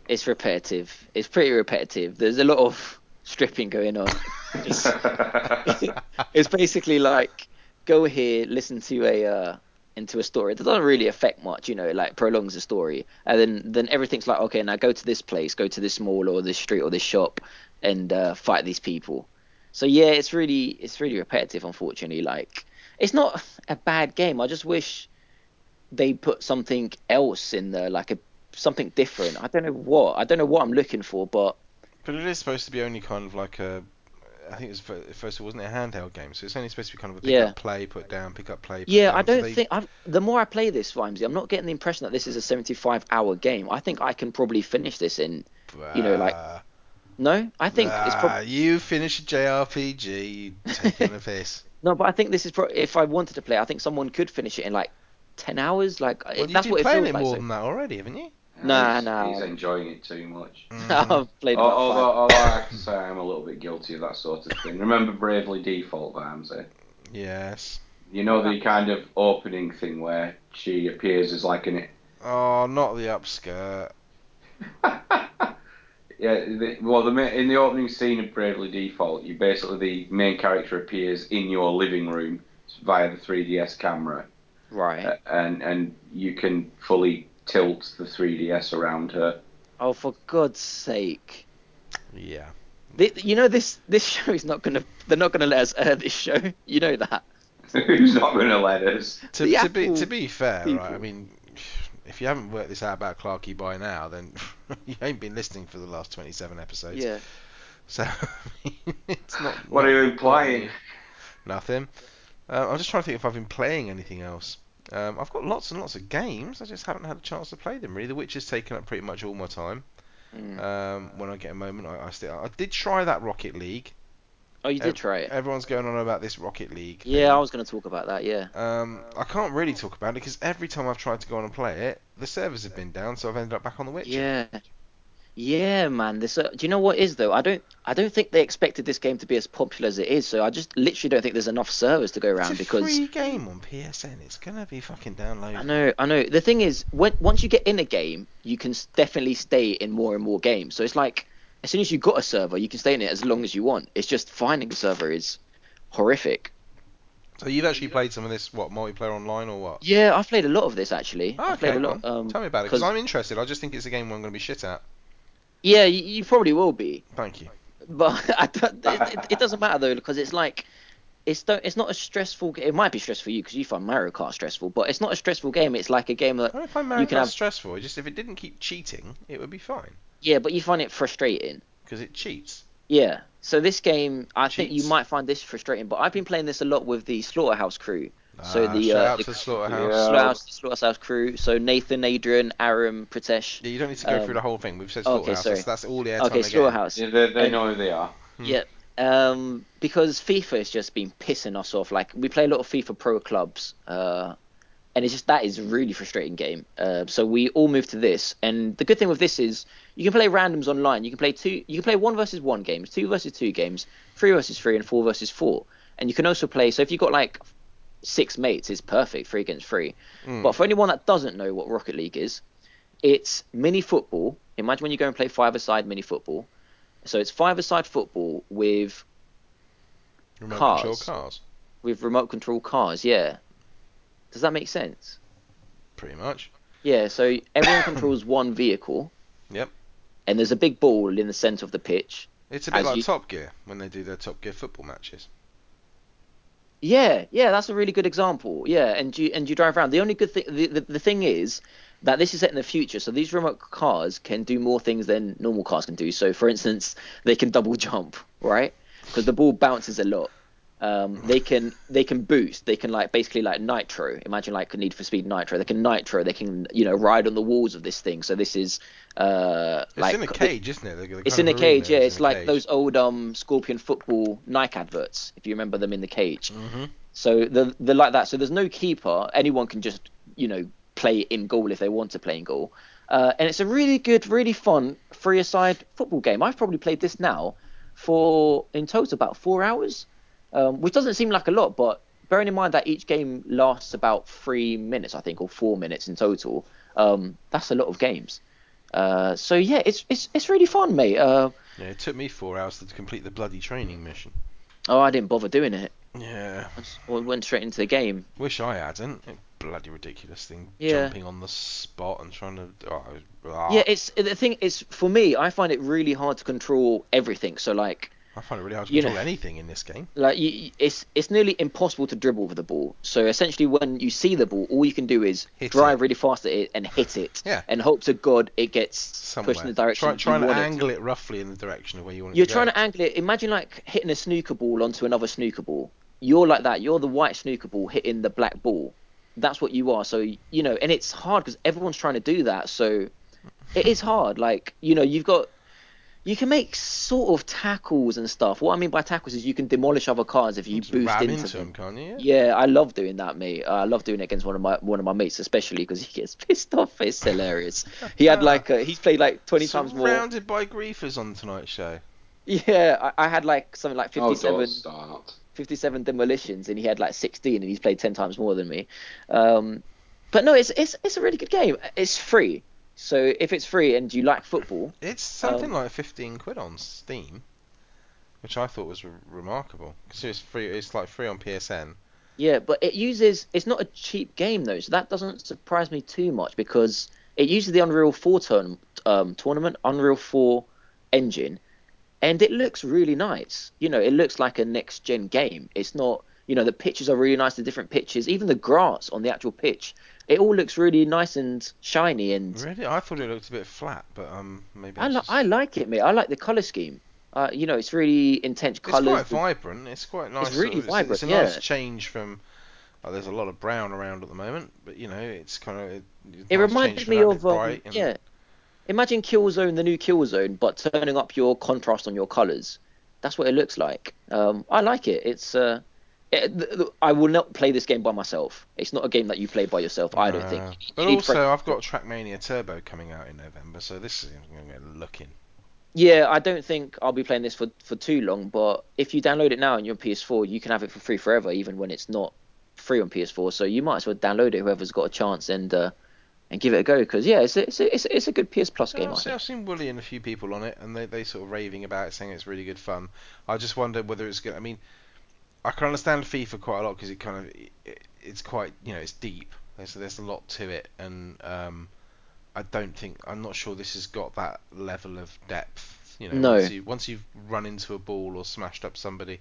It's repetitive. It's pretty repetitive. There's a lot of stripping going on. it's, it's basically like go here, listen to a uh, into a story that doesn't really affect much, you know, it, like prolongs the story. And then then everything's like, okay, now go to this place, go to this mall or this street or this shop and uh, fight these people. So yeah, it's really it's really repetitive unfortunately. Like it's not a bad game. I just wish they put something else in there, like a something different. I don't know what. I don't know what I'm looking for, but But it is supposed to be only kind of like a. I think it was fir- first of all, wasn't it a handheld game? So it's only supposed to be kind of a pick Yeah. up, play, put down, pick up, play. Put yeah, down. I So don't they- think. I've, the more I play this, Vimesy, I'm not getting the impression that this is a 75 hour game. I think I can probably finish this in. you know, like, Bruh, No, I think it's bruh, probably uh, you finish a JRPG, you taking a piss. no, but I think this is pro- if I wanted to play, I think someone could finish it in like 10 hours. Like Well, that's you've been what it playing feels it like. more so- than that already, haven't you? Mm, Nah, he's, nah. He's enjoying it too much. I've Al- played. about five- Although, although I have to say I'm a little bit guilty of that sort of thing. Remember Bravely Default, Barmsey? Yes. You know the kind of opening thing where she appears as like an Oh, not the upskirt. Yeah, the, well, the ma- in the opening scene of Bravely Default, you basically the main character appears in your living room via the 3DS camera, right. uh, and and you can fully tilt the 3DS around her. Oh, for God's sake. Yeah. Thi- you know this this show is not gonna. They're not gonna let us air this show. You know that. Who's not going to let us? To, The to be Apple to be fair, right? I people. mean, if you haven't worked this out about Clarky by now, then you ain't been listening for the last twenty-seven episodes. Yeah. So it's not. What are you not- implying? Nothing. Uh, I'm just trying to think if I've been playing anything else. Um, I've got lots and lots of games. I just haven't had a chance to play them really. The Witcher's taken up pretty much all my time. Mm. Um, when I get a moment, I, I still I did try that Rocket League. Oh, you Ev- did try it. Everyone's going on about this Rocket League. thing. Yeah, I was going to talk about that. Yeah. Um, I can't really talk about it because every time I've tried to go on and play it, the servers have been down, so I've ended up back on the Witcher. Yeah. Yeah, man. This. Uh, do you know what is though? I don't. I don't think they expected this game to be as popular as it is. So I just literally don't think there's enough servers to go it's around a because free game on PSN. It's gonna be fucking downloaded. I know, I know. The thing is, when, once you get in a game, you can s- definitely stay in more and more games. So it's like, as soon as you got a server, you can stay in it as long as you want. It's just finding a server is horrific. So you've actually played some of this what multiplayer online or what? Yeah, I've played a lot of this actually. Oh, I've played okay, a lot. well, um, Tell me about it because I'm interested. I just think it's a game where I'm gonna be shit at. Yeah, you, you probably will be, Thank you. but I don't, it, it, it doesn't matter though because it's like. It's don't, It's not a stressful. ga- It might be stressful for you because you find Mario Kart stressful, but it's not a stressful game. It's like a game that I don't find Mario You Kart can have- stressful. Just if it didn't keep cheating, it would be fine yeah, but you find it frustrating. because it cheats. Yeah. So this game, I think you Cheats. might find this frustrating, but I've been playing this a lot with the Slaughterhouse crew. So Ah, the, shout uh, out the- to Slaughterhouse. Yeah. Slaughterhouse, Slaughterhouse crew. So Nathan, Adrian, Aram, Pratesh. Yeah, you don't need to go Um, through the whole thing. We've said okay, Slaughterhouse. sorry. That's, that's all the airtime Okay, again. Slaughterhouse. Yeah, they, they know who they are. Yep. Um, because FIFA has just been pissing us off. Like we play a lot of FIFA Pro clubs, uh, and it's just that is a really frustrating game. Uh, so we all moved to this, and the good thing with this is you can play randoms online. You can play two, you can play one versus one games, two versus two games, three versus three, and four versus four. And you can also play. So if you've got like six mates, it's perfect, three against three. Hmm. Mm, But for anyone that doesn't know what Rocket League is, it's mini football. Imagine when you go and play five-a-side mini football. So it's five-a-side football with Remote Cars. control cars, with remote control cars. Yeah. Does that make sense? pretty much. Yeah. So everyone controls one vehicle. Yep. And there's a big ball in the center of the pitch. It's a bit As like you- Top Gear when they do their Top Gear football matches. Yeah, yeah, that's a really good example. Yeah, and you and you drive around. The only good thing, the, the, the thing is that this is set in the future, so these remote cars can do more things than normal cars can do. So, for instance, they can double jump, right? Because the ball bounces a lot. Um, they can they can boost. They can like basically like nitro. Imagine like Need for Speed Nitro. They can nitro. They can you know ride on the walls of this thing. So this is uh It's like in a cage, isn't it? They've got the it's kind in a of room cage, there, yeah. It's in a like cage. those old um Scorpion football Nike adverts, if you remember them in the cage. Mhm. So the the like that. So there's no keeper. Anyone can just you know play in goal if they want to play in goal. Uh, and it's a really good, really fun three-a-side football game. I've probably played this now for in total about four hours, um, which doesn't seem like a lot, but bearing in mind that each game lasts about three minutes, I think, or four minutes in total, um, that's a lot of games. Uh, so yeah, it's it's it's really fun, mate. Uh, Yeah, it took me four hours to complete the bloody training mission. oh, I didn't bother doing it. Yeah, I just I went straight into the game. wish I hadn't. Bloody ridiculous thing, Yeah. jumping on the spot and trying to. Oh, it was- ah, Yeah, it's the thing is for me, I find it really hard to control everything. So like I find it really hard to you control know- anything in this game. like you, you- it's it's nearly impossible to dribble with the ball. So essentially, when you see the ball, all you can do is Hit drive it. really fast at it and hit it, Yeah. and hope to God it gets Somewhere. pushed in the direction Try, trying you to want it. angle it roughly in the direction of where you want it You're to trying go. to angle it. Imagine like hitting a snooker ball onto another snooker ball. You're like that. You're the white snooker ball hitting the black ball. That's what you are. So you know, and it's hard because everyone's trying to do that. So it is hard. Like you know, you've got you can make sort of tackles and stuff. What I mean by tackles is you can demolish other cars if you Just boost ram into, into them. him, can't you? Yeah. Yeah, I love doing that, mate. Uh, I love doing it against one of my one of my mates, especially because he gets pissed off. It's hilarious. He had like a, he's played like twenty times more. Surrounded by griefers on tonight's show. Yeah, I, I had like something like Oh, 57, don't start. 57 demolitions, and he had like sixteen, and he's played ten times more than me. Um, but no, it's it's it's a really good game. It's free, so if it's free and you like football, It's something Um, like 15 quid on Steam, which I thought was re- remarkable because it's free. It's like free on PSN. Yeah, but it uses it's not a cheap game though, so that doesn't surprise me too much because it uses the Unreal 4 tourn- um, tournament, Unreal 4 engine, and it looks really nice. You know, it looks like a next gen game. It's not, you know, the pitches are really nice, the different pitches, even the grass on the actual pitch, it all looks really nice and shiny and Really, I thought it looked a bit flat, but um, maybe I, that's li- just- I like it, mate. I like the color scheme. Uh, you know, it's really intense it's colors. quite vibrant. It's quite nice. really sort of- it's- It's, vibrant, a nice yeah. change from. Oh, there's a lot of brown around at the moment, but you know, it's kind of. It, it's nice It change reminded from me that, a bit of um, bright and- yeah. Imagine Killzone, the new Killzone, but turning up your contrast on your colours. that's what it looks like. Um, I like it. It's uh, it, th- th- I will not play this game by myself. It's not a game that you play by yourself. I don't think. Uh, You need- But you need also, friends. I've got Trackmania Turbo coming out in November, so this is going to get looking. Yeah, I don't think I'll be playing this for, for too long, but if you download it now on your PS4, you can have it for free forever, even when it's not free on PS4. So you might as well download it, whoever's got a chance, and uh, and give it a go. Because yeah, it's a, it's, a, it's, a, it's a good PS Plus game. I've, I seen, think. I've seen Wooly and a few people on it, and they they sort of raving about it, saying it's really good fun. I just wonder whether it's good. I mean, I can understand FIFA quite a lot because it kind of it, it's quite you know it's deep. There's there's a lot to it, and um, I don't think I'm not sure this has got that level of depth. You know, No. once, you, once you've run into a ball or smashed up somebody.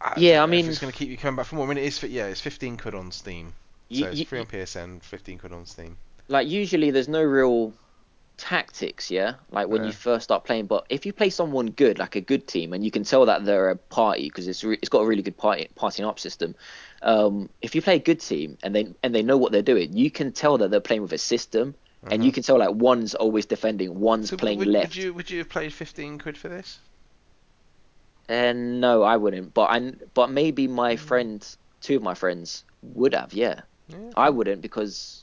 I Yeah, don't I know mean- if it's going to keep you coming back for more. I mean, it is. fi- Yeah, it's 15 quid on Steam, so You- it's you- free on PSN, 15 quid on Steam. like usually there's no real tactics yeah like when Yeah. you first start playing but if you play someone good like a good team and you can tell that they're a party because it's re- it's got a really good party partying up system um if you play a good team and they and they know what they're doing you can tell that they're playing with a system and you can tell like one's always defending one's Uh-huh. So playing would, left would you would you have played 15 quid for this? and no i wouldn't but i but maybe my friend two of my friends would have yeah Mm. Yeah. i wouldn't because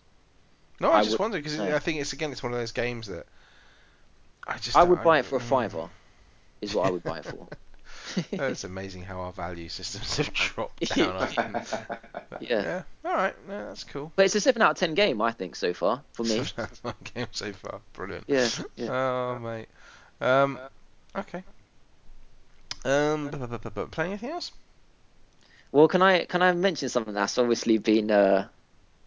No, I, I just would- wondered 'cause wonder because no. I think it's again it's one of those games that I just i would don't- buy it for a mm. fiver is what i would buy it for Oh, it's amazing how our value systems have dropped down. I think. Yeah. All right. No, that's cool. But it's a seven out of ten game, I think, so far for me. that's my game so far. Brilliant. yeah, yeah. Oh mate. Um. Okay. Um. bu- bu- bu- bu- bu- Playing anything else? Well, can I can I mention something that's obviously been, uh,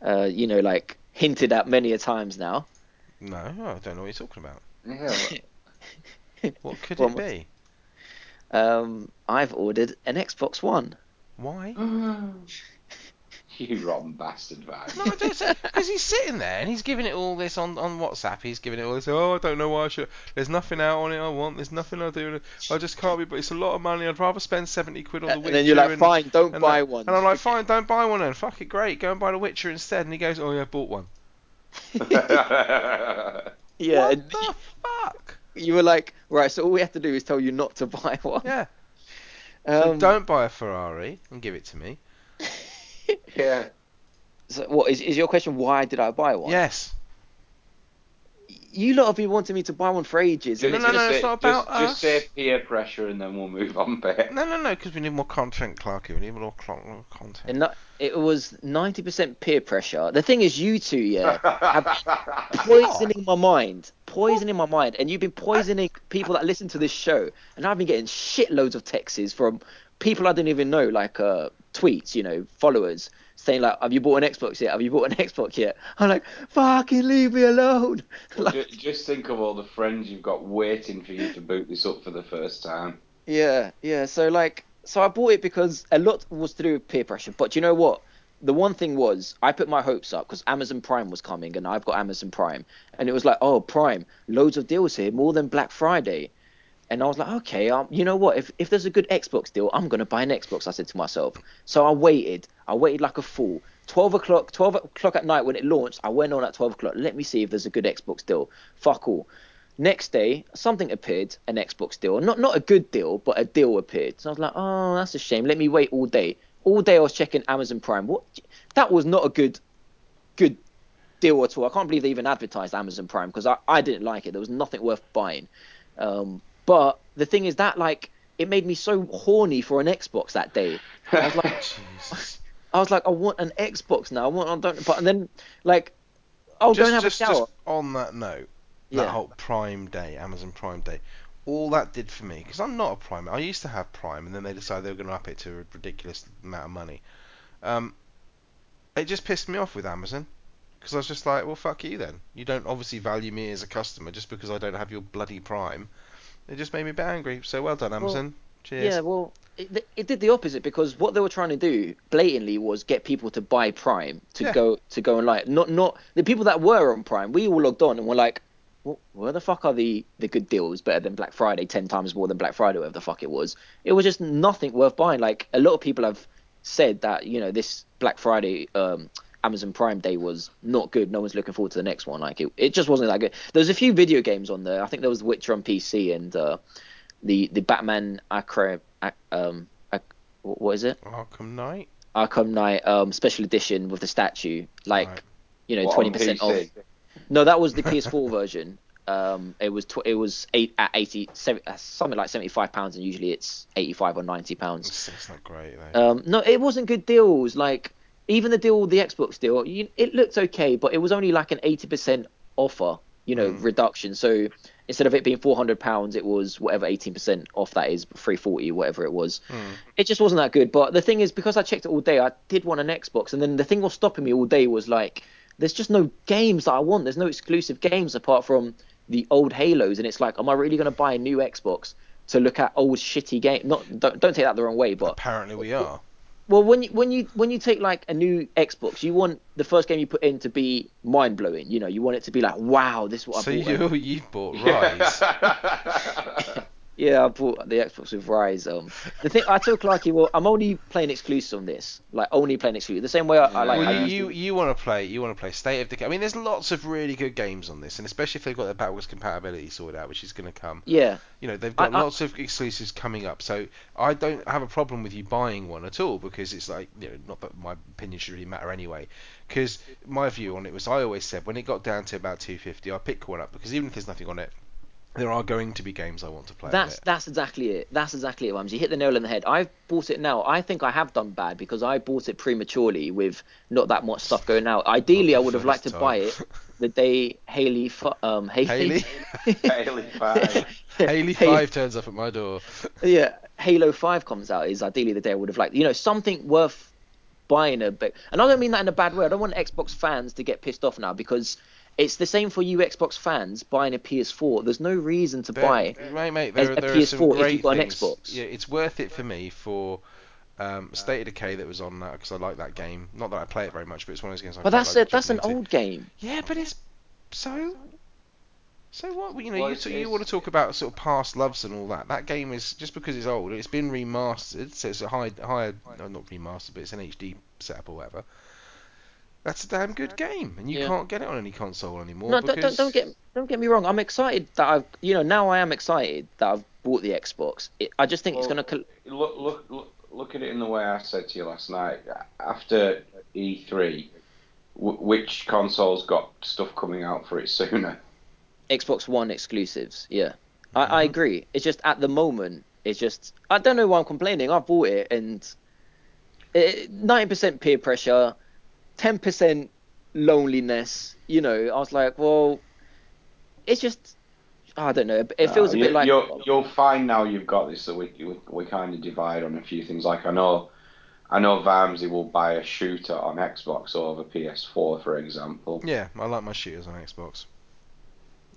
uh, you know, like hinted at many a times now? No, I don't know what you're talking about. Yeah, well, What could Well, it be? Um, I've ordered an Xbox One. Why? you rotten bastard, Vine. No, I don't say because he's sitting there and he's giving it all this on, on WhatsApp. He's giving it all this. Oh, I don't know why I should. There's nothing out on it I want. There's nothing I do. I just can't be. But it's a lot of money. I'd rather spend seventy quid on the Uh, And Witcher. then you're like, and- fine, don't and buy that- one. And I'm like, fine, don't buy one then. Fuck it, great. Go and buy the Witcher instead. And he goes, oh yeah, I bought one. yeah, what and the fuck? you were like, right, so all we have to do is tell you not to buy one. Yeah. So Um, don't buy a Ferrari and give it to me. yeah. so what is, is your question? Why did I buy one? Yes. You lot have been wanting me to buy one for ages. No, and no, no, it's just- it's say- not just, about Just us. say peer pressure and then we'll move on, babe. No, no, no, because we need more content, Clarky. We need more cl- more content. And that, it was 90% peer pressure. The thing is, you two, yeah, have been poisoning my mind. Poisoning my mind. And you've been poisoning people that listen to this show. And I've been getting shitloads of texts from people I didn't even know, like uh, tweets, you know, followers, saying, like, have you bought an Xbox yet? Have you bought an Xbox yet? I'm like, fucking leave me alone. like, Ju- Just think of all the friends you've got waiting for you to boot this up for the first time. Yeah, yeah. So like, so I bought it because a lot was to do with peer pressure. But you know what? The one thing was I put my hopes up because Amazon Prime was coming, and I've got Amazon Prime, and it was like, oh, Prime, loads of deals here, more than Black Friday. And I was like, okay, um, you know what? If if there's a good Xbox deal, I'm gonna buy an Xbox. I said to myself. So I waited. I waited like a fool. Twelve o'clock, twelve o'clock at night when it launched. I went on at twelve o'clock. Let me see if there's a good Xbox deal. Fuck all. Next day, something appeared, an Xbox deal. Not not a good deal, but a deal appeared. So I was like, oh, that's a shame. Let me wait all day. All day I was checking Amazon Prime. What? That was not a good, good deal at all. I can't believe they even advertised Amazon Prime because I, I didn't like it. There was nothing worth buying. Um, but the thing is that like it made me so horny for an Xbox that day. I was like, Jesus. I was like, I want an Xbox now. I want. I don't. But and then like, oh, just, don't have just, a shower. just on that note, that Yeah. whole Prime Day, Amazon Prime Day, all that did for me because I'm not a Prime. I used to have Prime, and then they decided they were going to up it to a ridiculous amount of money. Um, it just pissed me off with Amazon because I was just like, well, fuck you then. You don't obviously value me as a customer just because I don't have your bloody Prime. It just made me a bit angry. So well done, Amazon. Cheers. Yeah, well, it, it did the opposite because what they were trying to do blatantly was get people to buy Prime to Yeah. go to go and like not not the people that were on Prime. We all logged on and were like, well, where the fuck are the the good deals better than Black Friday? Ten times more than Black Friday, whatever the fuck it was. It was just nothing worth buying. Like a lot of people have said that you know this Black Friday. Um, Amazon Prime Day was not good. No one's looking forward to the next one. Like it, it just wasn't that good. There was a few video games on there. I think there was The Witcher on PC and uh, the the Batman Acro, Ac- um, Ac- wh- what is it? Arkham Knight. Arkham Knight um special edition with the statue, like Right. you know What, on twenty percent off. PC? No, that was the PS4 version. Um, it was tw- it was eight at eighty seven, uh, something like seventy five pounds, and usually it's eighty five or ninety pounds. It's, it's not great though. Um, no, it wasn't good deals. Like even the deal, the Xbox deal, you, it looked okay, but it was only like an eighty percent offer, you know, reduction. So instead of it being four hundred pounds, it was whatever eighteen percent off that is, three forty, whatever it was. Hmm. It just wasn't that good. But the thing is, because I checked it all day, I did want an Xbox, and then the thing was stopping me all day was like, there's just no games that I want. There's no exclusive games apart from the old Halos, and it's like, am I really going to buy a new Xbox? To look at old shitty game, not don't, don't take that the wrong way, but Apparently we are. well, when you when you when you take like a new Xbox, you want the first game you put in to be mind blowing. You know, you want it to be like, wow, this is what So I bought. you you bought Rise. Yeah, I bought the Xbox with Rise. Um, the thing I told Clarky, well, I'm only playing exclusives on this, like only playing exclusive. The same way I, I like. I well, used to- you, you, you want to play you want to play State of Decay. I mean, there's lots of really good games on this, and especially if they've got their backwards compatibility sorted out, which is going to come. yeah, You know, they've got I- I- lots of exclusives coming up, so I don't have a problem with you buying one at all because it's like you know, not that my opinion should really matter anyway. Because my view on it was, I always said when it got down to about 250, I pick one up because even if there's nothing on it, there are going to be games I want to play. on that's it. that's exactly it. That's exactly it, Mums. You hit the nail on the head. I've bought it now. I think I have done bad because I bought it prematurely with not that much stuff going out. Ideally, I would have first liked to time. buy it the day Haley, fu- um, Haley, Haley Five. Haley Five turns up at my door. yeah, Halo Five comes out is ideally the day I would have liked. You know, something worth buying a bit. And I don't mean that in a bad way. I don't want Xbox fans to get pissed off now because it's the same for you Xbox fans buying a PS4. There's no reason to buy. There- Mate, mate, a- there, are- a there are some PS4 if great you've got an things. Xbox. Yeah, it's worth it for me for um, State of Decay that was on that because I like that game. Not that I play it very much, but it's one of those games. I But quite that's like a, that's an jumping into. old game. Yeah, but it's so. So what? Well, You know, Well, you, it's- t- you it's- want to talk about sort of past loves and all that. That game is just because it's old. It's been remastered, so it's a high, higher, no, not remastered, but it's an HD setup or whatever. That's a damn good game, and you Yeah. can't get it on any console anymore. No, because... don't, don't don't get don't get me wrong. I'm excited that I've you know now I am excited that I've bought the Xbox. It, I just think it's Well, gonna. Col- look, look, look, look at it in the way I said to you last night. After E3, w- which console's got stuff coming out for it sooner? Xbox One exclusives. Yeah, I, I Mm-hmm. agree. It's just at the moment, it's just I don't know why I'm complaining. I bought it and ninety percent peer pressure, ten percent loneliness. You know, I was like, well, it's just I don't know. It feels a Uh, bit you, like you'll, you'll find now you've got this that we, we, we kind of divide on a few things. Like I know, I know Vimesy will buy a shooter on Xbox over PS4, for example. Yeah, I like my shooters on Xbox.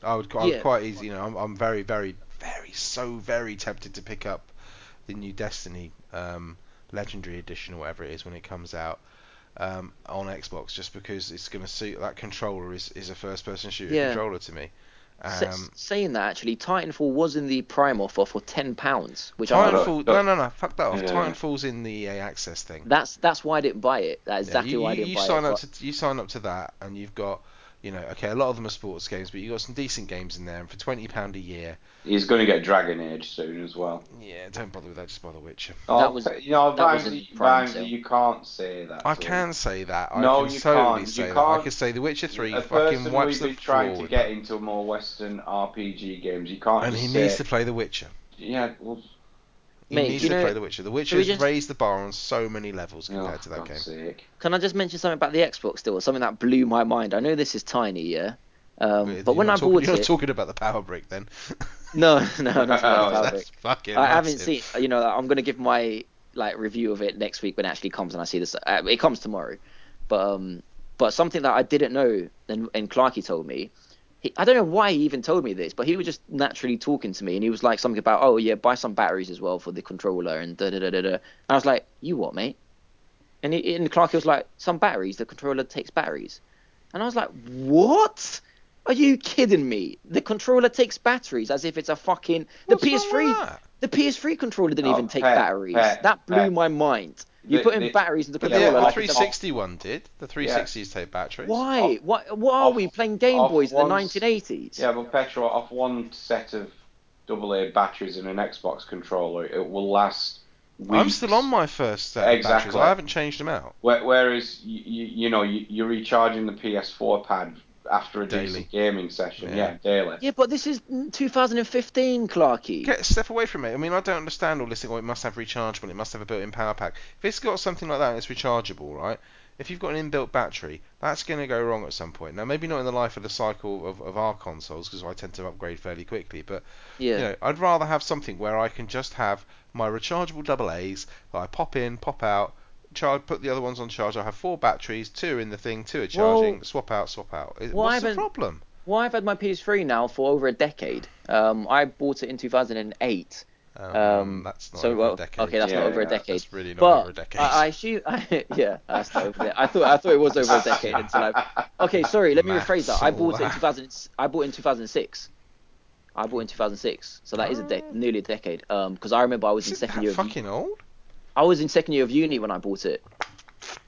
I would, I would Yeah. quite easy, you know, I'm, I'm very, very, very, so very tempted to pick up the new Destiny um, Legendary Edition or whatever it is when it comes out um, on Xbox, just because it's going to suit that controller is, is a first-person shooter Yeah. controller to me. S- Um, saying that actually, Titanfall was in the Prime offer for ten pounds, which I Titanfall, Titanfall- no, no, no, no, fuck that off. Yeah. Titanfall's in the EA Access thing. that's that's why I didn't buy it. That's Yeah, exactly you, why I you- didn't you buy sign it. up but- to you sign up to that, and you've got, you know, okay, a lot of them are sports games, but you've got some decent games in there, and for twenty pound a year, He's going to get Dragon Age soon as well. yeah, don't bother with that. Just bother Witcher. Oh, That was- you know, that was Vimesy, in prime Vimesy, sale. you can't say that. I to him. can say that. I No, can you totally can't. say You that. I can't. can say The Witcher Three a fucking person wipes we've the been trying floor to with get it. into more Western RPG games. You can't. and just he say, needs to play The Witcher. Yeah, well, He Mate, needs you to know- play The Witcher. The Witcher Should we has just- raised the bar on so many levels oh, compared to that game. God's sake. Can I just mention something about the Xbox still? Something that blew my mind. I know this is tiny, yeah. Um, You're but when not I talking- bought you're not it, talking about the power brick then. no, no, not Oh, about That's fucking. I haven't massive. seen. You know, I'm gonna give my like review of it next week when it actually comes, and I see this. Uh, it comes tomorrow, but um, but something that I didn't know, and and Clarky told me. He, I don't know why he even told me this, but he was just naturally talking to me, and he was like something about, oh yeah, buy some batteries as well for the controller, and da da da da da. And I was like, you what, mate? And he, and Clarky was like, some batteries. The controller takes batteries, and I was like, what? Are you kidding me? The controller takes batteries as if it's a fucking the What's wrong with PS3 that? the PS3 controller didn't Oh, even take fair, batteries. fair, that blew fair. my mind. You The- put in the- batteries into the But Yeah, the, the controller like it's a- 360 one did. The 360s take batteries. Why? What? What are off- we playing Game off Boys in the once- 1980s? Yeah, but Petrol off one set of double A batteries and an Xbox controller. It will last. Weeks. I'm still on my first set of batteries. Exactly. I haven't changed them out. Where- Whereas you, you, you know you, you're recharging the PS4 pad after a Daily. decent gaming session. Yeah. Yeah, daily. Yeah, but this is 2015, Clarky. Get a step away from it. I mean, I don't understand all this thing. Oh, it must have rechargeable. It must have a built-in power pack. If it's got something like that and it's rechargeable, right? If you've got an inbuilt battery, that's going to go wrong at some point. Now, maybe not in the life of the cycle of, of our consoles, because I tend to upgrade fairly quickly. But yeah. you know, I'd rather have something where I can just have my rechargeable double A's that I pop in, pop out, charge, put the other ones on charge. I have four batteries, two in the thing, two are charging. swap out, swap out. It- Well, I What's the haven't- problem? Well, I've had my PS3 now for over a decade. Um, I bought it in 2008. Um, Um, that's not so, over well, a decade. okay, that's Yeah, not over a yeah, decade. That's really not but over a decade. I, I assume, yeah, that's not over. a de- I thought I thought it was over a decade until I. Okay, sorry. Let me Maths rephrase that. all I bought it in that. 2000. I bought it in 2006. I bought it in 2006, so that is a de- nearly a decade. Um, because I remember I was in Isn't second that year. Of, fucking old? I was in second year of uni when I bought it,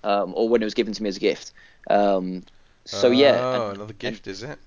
um, or when it was given to me as a gift. Um, so yeah, Oh, and- another gift, is it?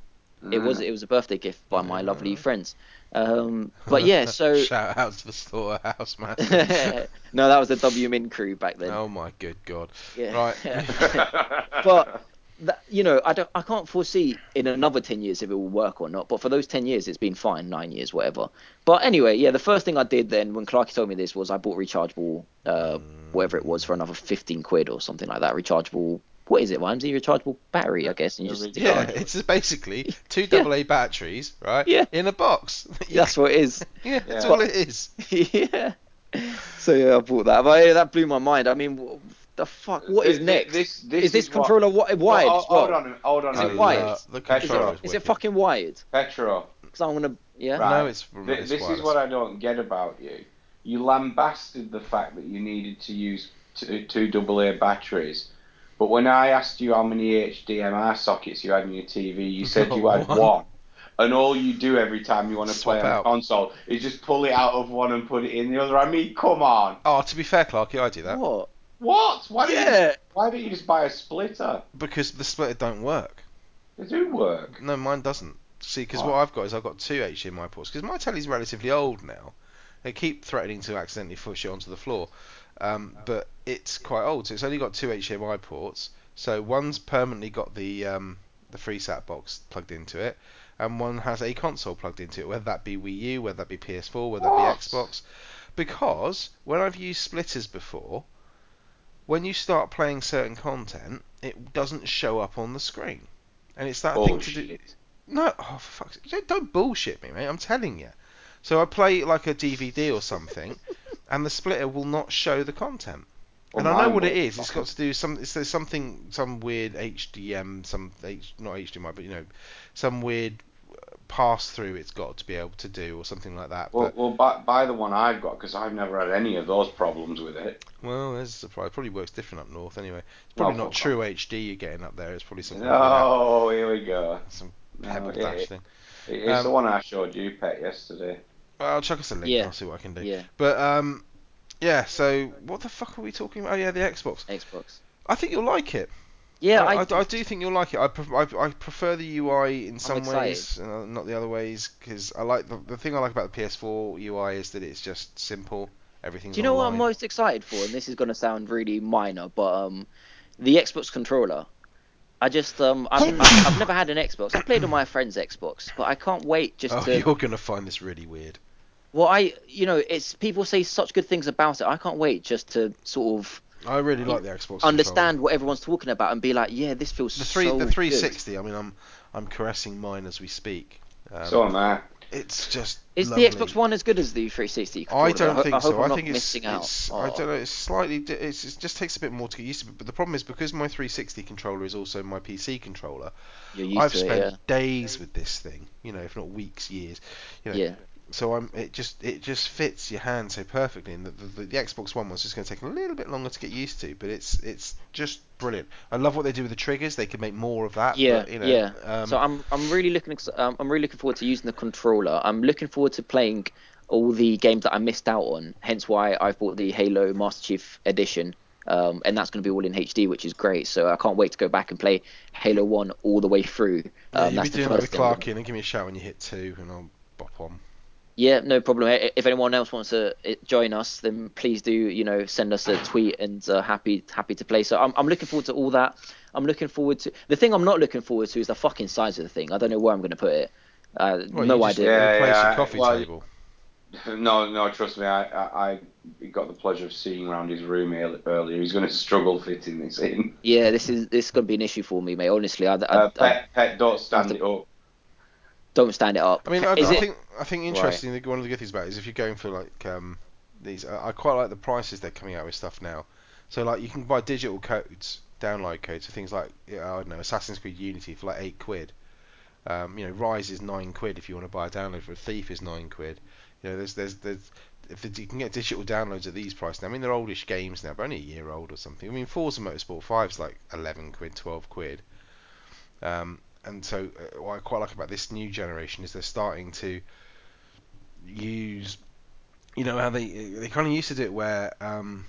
Mm. it was it was a birthday gift by my lovely Yeah. friends. Um, but yeah, so Shout out to the storehouse, man. no, that was the W Min crew back then. oh my good god. Yeah. Right. but that, you know, I don't, I can't foresee in another ten years if it will work or not. But for those ten years, it's been fine, nine years, whatever. But anyway, yeah, the first thing I did then when Clarky told me this was I bought rechargeable, uh, whatever it was, for another fifteen quid or something like that. Rechargeable, what is it? YMZ rechargeable battery, I guess. And you A just Yeah, rechargeable. it's basically two double A batteries, right? Yeah. In a box. that's what it is. yeah, that's Yeah. all it is. yeah. So yeah, I bought that. But yeah, that blew my mind. I mean, wh- the fuck? What is Th- th- next? this- this is this is what- controller wi- wired? Well, as well? hold on, hold on. Is a it Oh, minute. wired? no, The Petro. controller Is it fucking wired? Petro. Because I want to. Yeah. Right. No, it's, Th- it's this wireless. is what I don't get about you. You lambasted the fact that you needed to use t- two AA batteries, but when I asked you how many HDMI sockets you had in your TV, you said you had One. one. And all you do every time you want to Swap play on out. a console is just pull it out of one and put it in the other. I mean, come on. Oh, to be fair, Clarky, I do that What? What? Why don't, you, Yeah. why don't you just buy a splitter? because the splitter don't work. They do work. No, mine doesn't. See, because Why? what I've got is I've got two HDMI ports because my telly's relatively old now. They keep threatening to accidentally push it onto the floor, Oh. um, but it's quite old, so it's only got two HDMI ports. So one's permanently got the um, the FreeSat box plugged into it, and one has a console plugged into it, whether that be Wii U, whether that be PS4, whether that What? be Xbox. Because when I've used splitters before, when you start playing certain content, it doesn't show up on the screen, and it's that thing to do. Bullshit. No, oh, for fuck's sake. Don't bullshit me, mate. I'm telling you. So I play like a DVD or something, and the splitter will not show the content. Well, and I know mine what it will. is. It's got to do some. It's, there's something, some weird HDM, some H, not HDMI, but you know, some weird pass through it's got to be able to do or something like that. Well, but, well buy, buy the one I've got because I've never had any of those problems with it. well, there's a surprise. Probably works different up north anyway. It's probably Oh, not fuck true HD you're getting up there. It's probably something like Oh, here we go. that, some No, pebble it- dash it- thing. It's Um, the one I showed you, Pet, yesterday. Well, I'll chuck us a link. Yeah. I'll see what I can do. Yeah. But um, yeah. So what the fuck are we talking about? Oh yeah, the Xbox. Xbox. I think you'll like it. Yeah, I, I, I, I do think you'll like it. I, pref- I, I prefer the UI in some excited. ways, uh, not the other ways, because I like the, the thing I like about the PS4 UI is that it's just simple. Everything's. Do you know what I'm online. most excited for? And this is gonna sound really minor, but um, the Xbox controller. I just um, I've, I've, I've never had an Xbox. I played on my friend's Xbox, but I can't wait just Oh, to. you're gonna find this really weird. Well, I you know it's people say such good things about it. I can't wait just to sort of I really like the Xbox. understand what everyone's talking about and be like, yeah, this feels controller. the three so the good. 360. I mean, I'm I'm caressing mine as we speak. Um, so am I. it's just. Is lovely. the Xbox One as good as the 360? I controller? don't ho- think I hope so. I'm I not think it's, missing out. it's I Oh. don't know. It's slightly. di- It's, it just takes a bit more to get used to. But the problem is because my 360 controller is also my PC controller. You're used I've to spent it, days with this thing. You know, if not weeks, years. You know, yeah. yeah. So I'm. It just it just fits your hand so perfectly. And the, the, the Xbox One was just going to take a little bit longer to get used to, but it's it's just brilliant. I love what they do with the triggers. They could make more of that. Yeah, but, you know, yeah. Um, so uh, I'm I'm really looking ex- um, I'm really looking forward to using the controller. I'm looking forward to playing all the games that I missed out on. Hence why I've bought the Halo Master Chief Edition, um, and that's going to be all in HD, which is great. So I can't wait to go back and play Halo One all the way through. yeah, Um, you'll be that's the doing that first with thing I'm Clarky, and then give me a shout when you hit two, and I'll bop on. gonna- Yeah, no problem. I- If anyone else wants to uh, join us, then please do. You know, send us a tweet and uh, happy happy to play. So I'm I'm looking forward to all that. I'm looking forward to the thing. I'm not looking forward to is the fucking size of the thing. I don't know where I'm going to put it. Uh, Well, no you just idea. Yeah, Replace yeah, your coffee well, table. No, no, trust me. I, I, I got the pleasure of seeing round his room ear- earlier. He's going to struggle fitting this in. Yeah, this is this is going to be an issue for me, mate. Honestly, I, I, Uh, I pet, pet, don't stand it up. don't stand it up. I mean, I, is I it? think I think interesting. One of the good things about it is if you're going for like um, these, I I quite like the prices they're coming out with stuff now. So like you can buy digital codes, download codes for things like yeah, I don't know, Assassin's Creed Unity for like eight quid. Um, you know, Rise is nine quid if you want to buy a download for a Thief is nine quid. You know, there's there's there's if you can get digital downloads at these prices. Now, I mean, they're oldish games now, but only a year old or something. I mean, Forza Motorsport 5 is like 11 quid, 12 quid. Um, and so uh, what I quite like about this new generation is they're starting to use, you know, how they they kind of used to do it where um,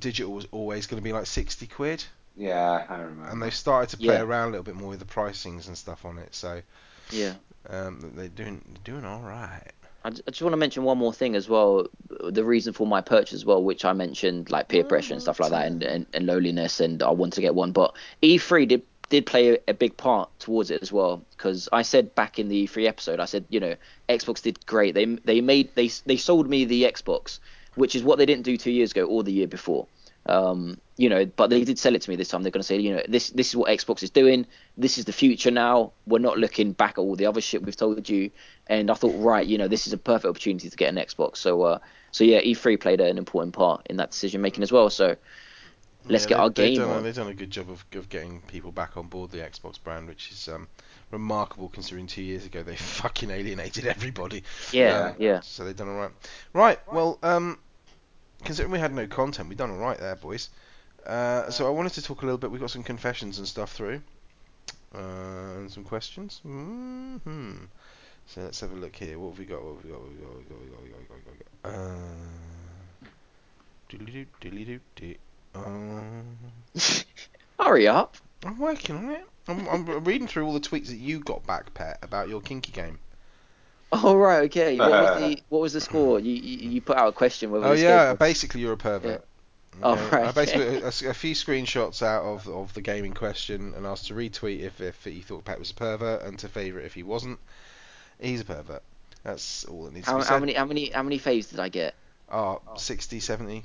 digital was always going to be like 60 quid, Yeah, I remember. and they've started to play Yeah. around a little bit more with the pricings and stuff on it. So Yeah. um, they're doing they're doing all right. I ju- I just want to mention one more thing as well. The reason for my purchase as well, which I mentioned, like peer pressure and stuff like that, and, and, and loneliness, and I want to get one. But E3 did did play a, a big part towards it as well, because I said back in the E3 episode, I said, you know, Xbox did great. They they made they they sold me the Xbox, which is what they didn't do two years ago or the year before. Um, you know, but they did sell it to me this time. They're going to say, you know, this this is what Xbox is doing. This is the future now. We're not looking back at all the other shit we've told you. And I thought, right, you know, this is a perfect opportunity to get an Xbox. So, uh, so yeah, E3 played an important part in that decision making as well. So, let's Yeah, get they- our they've game done a- on. they've done a good job of, of getting people back on board the Xbox brand, which is um, remarkable considering two years ago they fucking alienated everybody. Yeah, Um, yeah. So they've done all right. Right. Well, um, considering we had no content, we've done all right there, boys. Uh, so I wanted to talk a little bit. We got some confessions and stuff through, uh, and some questions. hmm So let's have a look here. What have we got? What have we got? What have we got? What have we got? What have we got? What have we got? What have we got? What have we got? Uh, diddly-doo, diddly-doo, di- um, Hurry up. I'm working on it. I'm, I'm reading through all the tweets that you got back, Pet, about your kinky game. All right, okay. What was the what was the score? You you, you put out a question. Whether Oh this yeah, game- basically you're a pervert. Yeah. Oh, Yeah, right, I okay. basically a, a few screenshots out of, of the game in question and asked to retweet if, if he thought Pat was a pervert and to favourite if he wasn't. He's a pervert. That's all that needs to How, be how said. many how many how many faves did I get? Oh, 60, 70.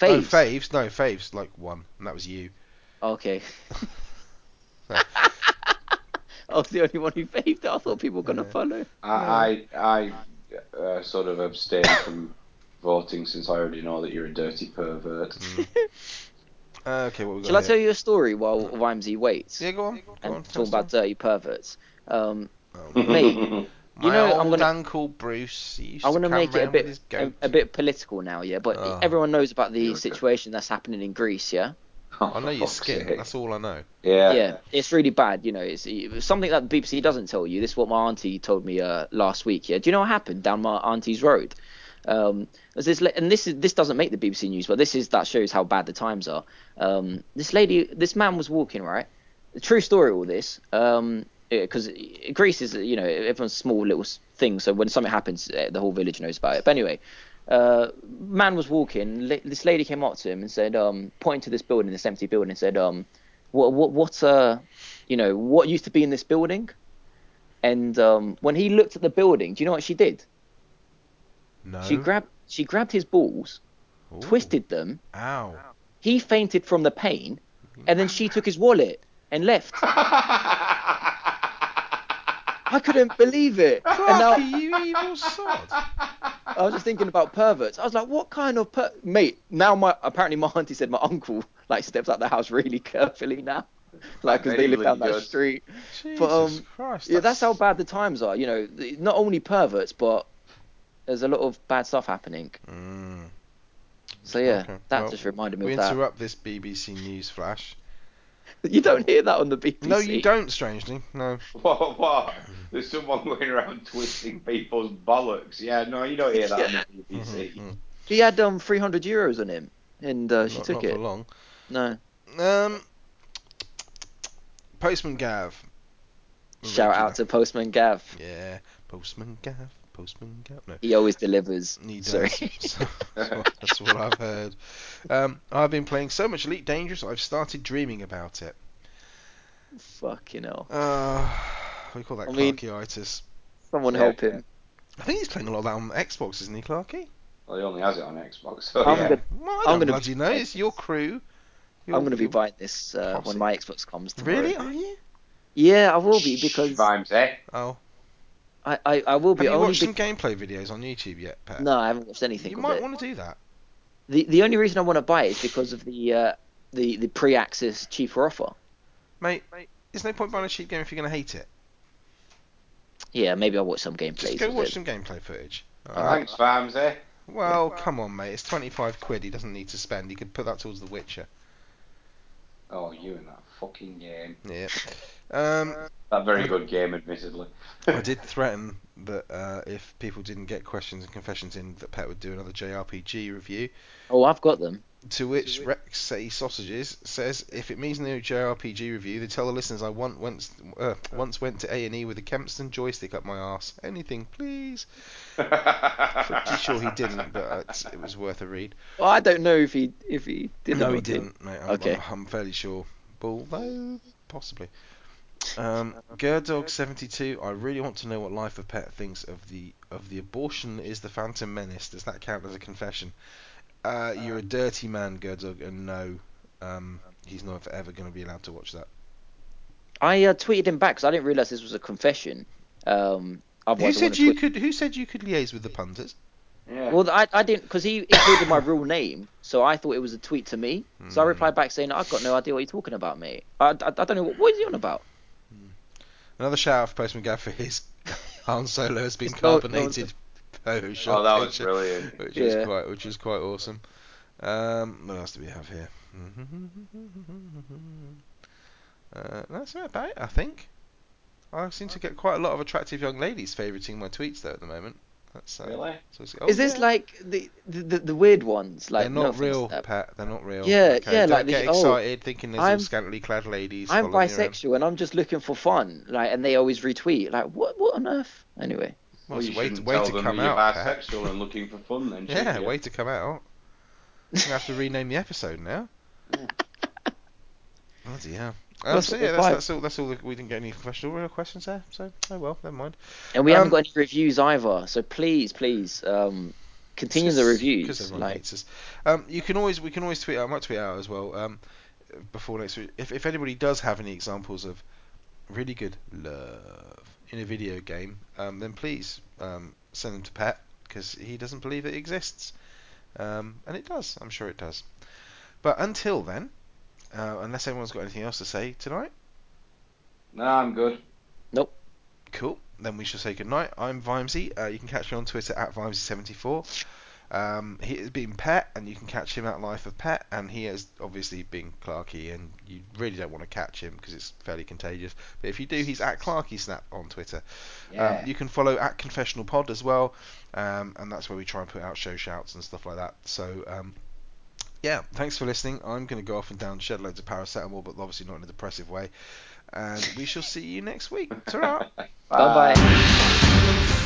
Faves. No, Oh, faves. No, faves. Like one, and that was you. Okay. So- I was the only one who faved it. I thought people were gonna Yeah. follow. I, I, I uh, sort of abstain from voting since I already know that you're a dirty pervert. Mm. Uh, okay, what we got? Shall I here? tell you a story while Wimesy waits Yeah, go on. Go and on. tell talk us about dirty perverts? Um, now. Oh, Mate, my know, I'm old gonna- uncle Bruce. He used I want to come make it a round with bit his a, goat. a bit political now, yeah. But Oh. everyone knows about the Here we go. situation that's happening in Greece, yeah. I know your Oh, Fuck's skin. sake. That's all I know. Yeah. yeah, it's really bad. You know, it's, it's something that the BBC doesn't tell you. This is what my auntie told me uh, last week. Yeah, do you know what happened down my auntie's road? Um, there's this, la- and this is this doesn't make the BBC news, but this is that shows how bad the times are. Um, this lady, this man was walking right. The true story, of all this, um, because Greece is you know everyone's small little s- thing, so when something happens, eh, the whole village knows about it. But anyway, uh, man was walking. la- This lady came up to him and said, um, pointing to this building, this empty building, and said, um, what what what uh you know what used to be in this building and um when he looked at the building do you know what she did No. she grabbed she grabbed his balls Ooh. twisted them Ow. he fainted from the pain Mm-hmm. and then she took his wallet and left i couldn't believe it and Fuck now you evil sod. i was just thinking about perverts i was like what kind of per- mate now my apparently my auntie said my uncle like steps out the house really carefully now like because they live Really down that does. street Jesus um, Christ. Yeah, that's how bad the times are. You know, the- not only perverts, but there's a lot of bad stuff happening. Mm. So yeah, Okay, that well, just reminded me We of that. interrupt this BBC news flash. You don't hear that on the BBC. No, you don't. Strangely, no. What? What? There's someone going around twisting people's bollocks. Yeah, no, you don't hear that on the BBC. Mhm, mhm. He had um 300 euros on him, and uh, she not, took not it. for long. No, Um, Postman Gav. shout out to Postman Gav. Yeah, Postman Gav. Postman Gap? No. He always delivers. He does. Sorry. So- so that's what I've heard. Um, I've been playing so much Elite Dangerous, I've started dreaming about it. Fucking hell. Uh, we call that I mean- Clarkyitis. Someone Yeah, help him. I think he's playing a lot of that on Xbox, isn't he, Clarky? Well, he only has it on Xbox. So I'm yeah. gonna- Well, I I'm don't gonna bloody be- know. It's your crew. Your- I'm going to be your- buying this uh, Posse. when my Xbox comes tomorrow. Really? Are you? Yeah, I will be because Vimesy. Oh. I, I, I will Have be you only watched be- some gameplay videos on YouTube yet, Pat? No, I haven't watched anything You of might it. want to do that. The the only reason I want to buy it is because of the uh, the the pre-access cheaper offer. Mate, there's no point buying a cheap game if you're going to hate it. Yeah, maybe I'll watch some gameplays. Just go of watch it. some gameplay footage. Alright. Thanks, Vimesy. Well, come on, mate. It's 25 quid he doesn't need to spend. He could put that towards The Witcher. Oh, you and that fucking game. Yeah. Um, That very good game, admittedly. I did threaten that uh, if people didn't get questions and confessions in, that Pet would do another JRPG review. Oh, I've got them. To which Rex Say Sausages says, if it means no JRPG review, they tell the listeners I once once, uh, once went to A and E with a Kempston joystick up my arse. Anything, please. Pretty sure he didn't, but uh, it's- it was worth a read. Well, I don't know if he if he did. no, or he didn't, mate. I'm, Okay. I'm, I'm fairly sure. Although possibly. Um, Gerdog72, I really want to know what Life of Pet thinks of the of the abortion that is the Phantom Menace. Does that count as a confession? Uh, you're a dirty man, Gerdog, and no, um, he's not ever going to be allowed to watch that. I uh, tweeted him back because I didn't realize this was a confession. Who Um, otherwise I said wouldn't you tweet- could? Who said you could liaise with the punters? yeah. Well, I, I didn't because he included my real name, so I thought it was a tweet to me. So Hmm. I replied back saying, "I've got no idea what you're talking about, mate. I, I, I don't know what, what is he on about." Another shout out for Postman Gav for his Han Solo has been It's not- carbonated. Photoshop oh, that was picture. brilliant. which Yeah. is quite which is quite awesome. Um, what else do we have here? Uh, that's about it, I think. I seem to get quite a lot of attractive young ladies favouriting my tweets though at the moment. That's uh, Really? so it's- oh, is this yeah. like the, the the- the weird ones? Like They're no not offense real, to that. Pat. They're not real. Yeah, okay, yeah, Don't like the- get oh, excited thinking there's all I'm- scantily clad ladies. I'm following you around. bisexual and I'm just looking for fun, like, and they always retweet, like, what, what on earth? Anyway, Well, Well, it's you a way, shouldn't way tell to them come that you're out. Pat. bisexual and looking for fun, then. should Yeah, you? way to come out. We're gonna have to rename the episode now. Bloody hell. Um, That's so what yeah, we're that's, like. that's all. That's all. that- We didn't get any professional real questions there, so oh well, never mind. and we Um, haven't got any reviews either, so please, please, um, continue the because reviews. everyone Like, hates us. Um, you can always we can always tweet out. I might tweet out as well. Um, before next week, if if anybody does have any examples of really good love in a video game, um, then please um, send them to Pat because he doesn't believe it exists, um, and it does. I'm sure it does. But until then, uh, unless anyone's got anything else to say tonight, No, I'm good. Um, cool. Then we shall say goodnight. I'm Vimesy. Uh, you can catch me on Twitter at Vimesy74. Um, he has been Pet, and you can catch him at Life of Pet. And he has obviously been Clarky, and you really don't want to catch him because it's fairly contagious. But if you do, he's at Clarky Snap on Twitter. Yeah. Um, you can follow at Confessional Pod as well, um, and that's where we try and put out show shouts and stuff like that. So, um, yeah, thanks for listening. I'm going to go off and down shed loads of paracetamol, but obviously not in a depressive way. And we shall see you next week. ta bye bye.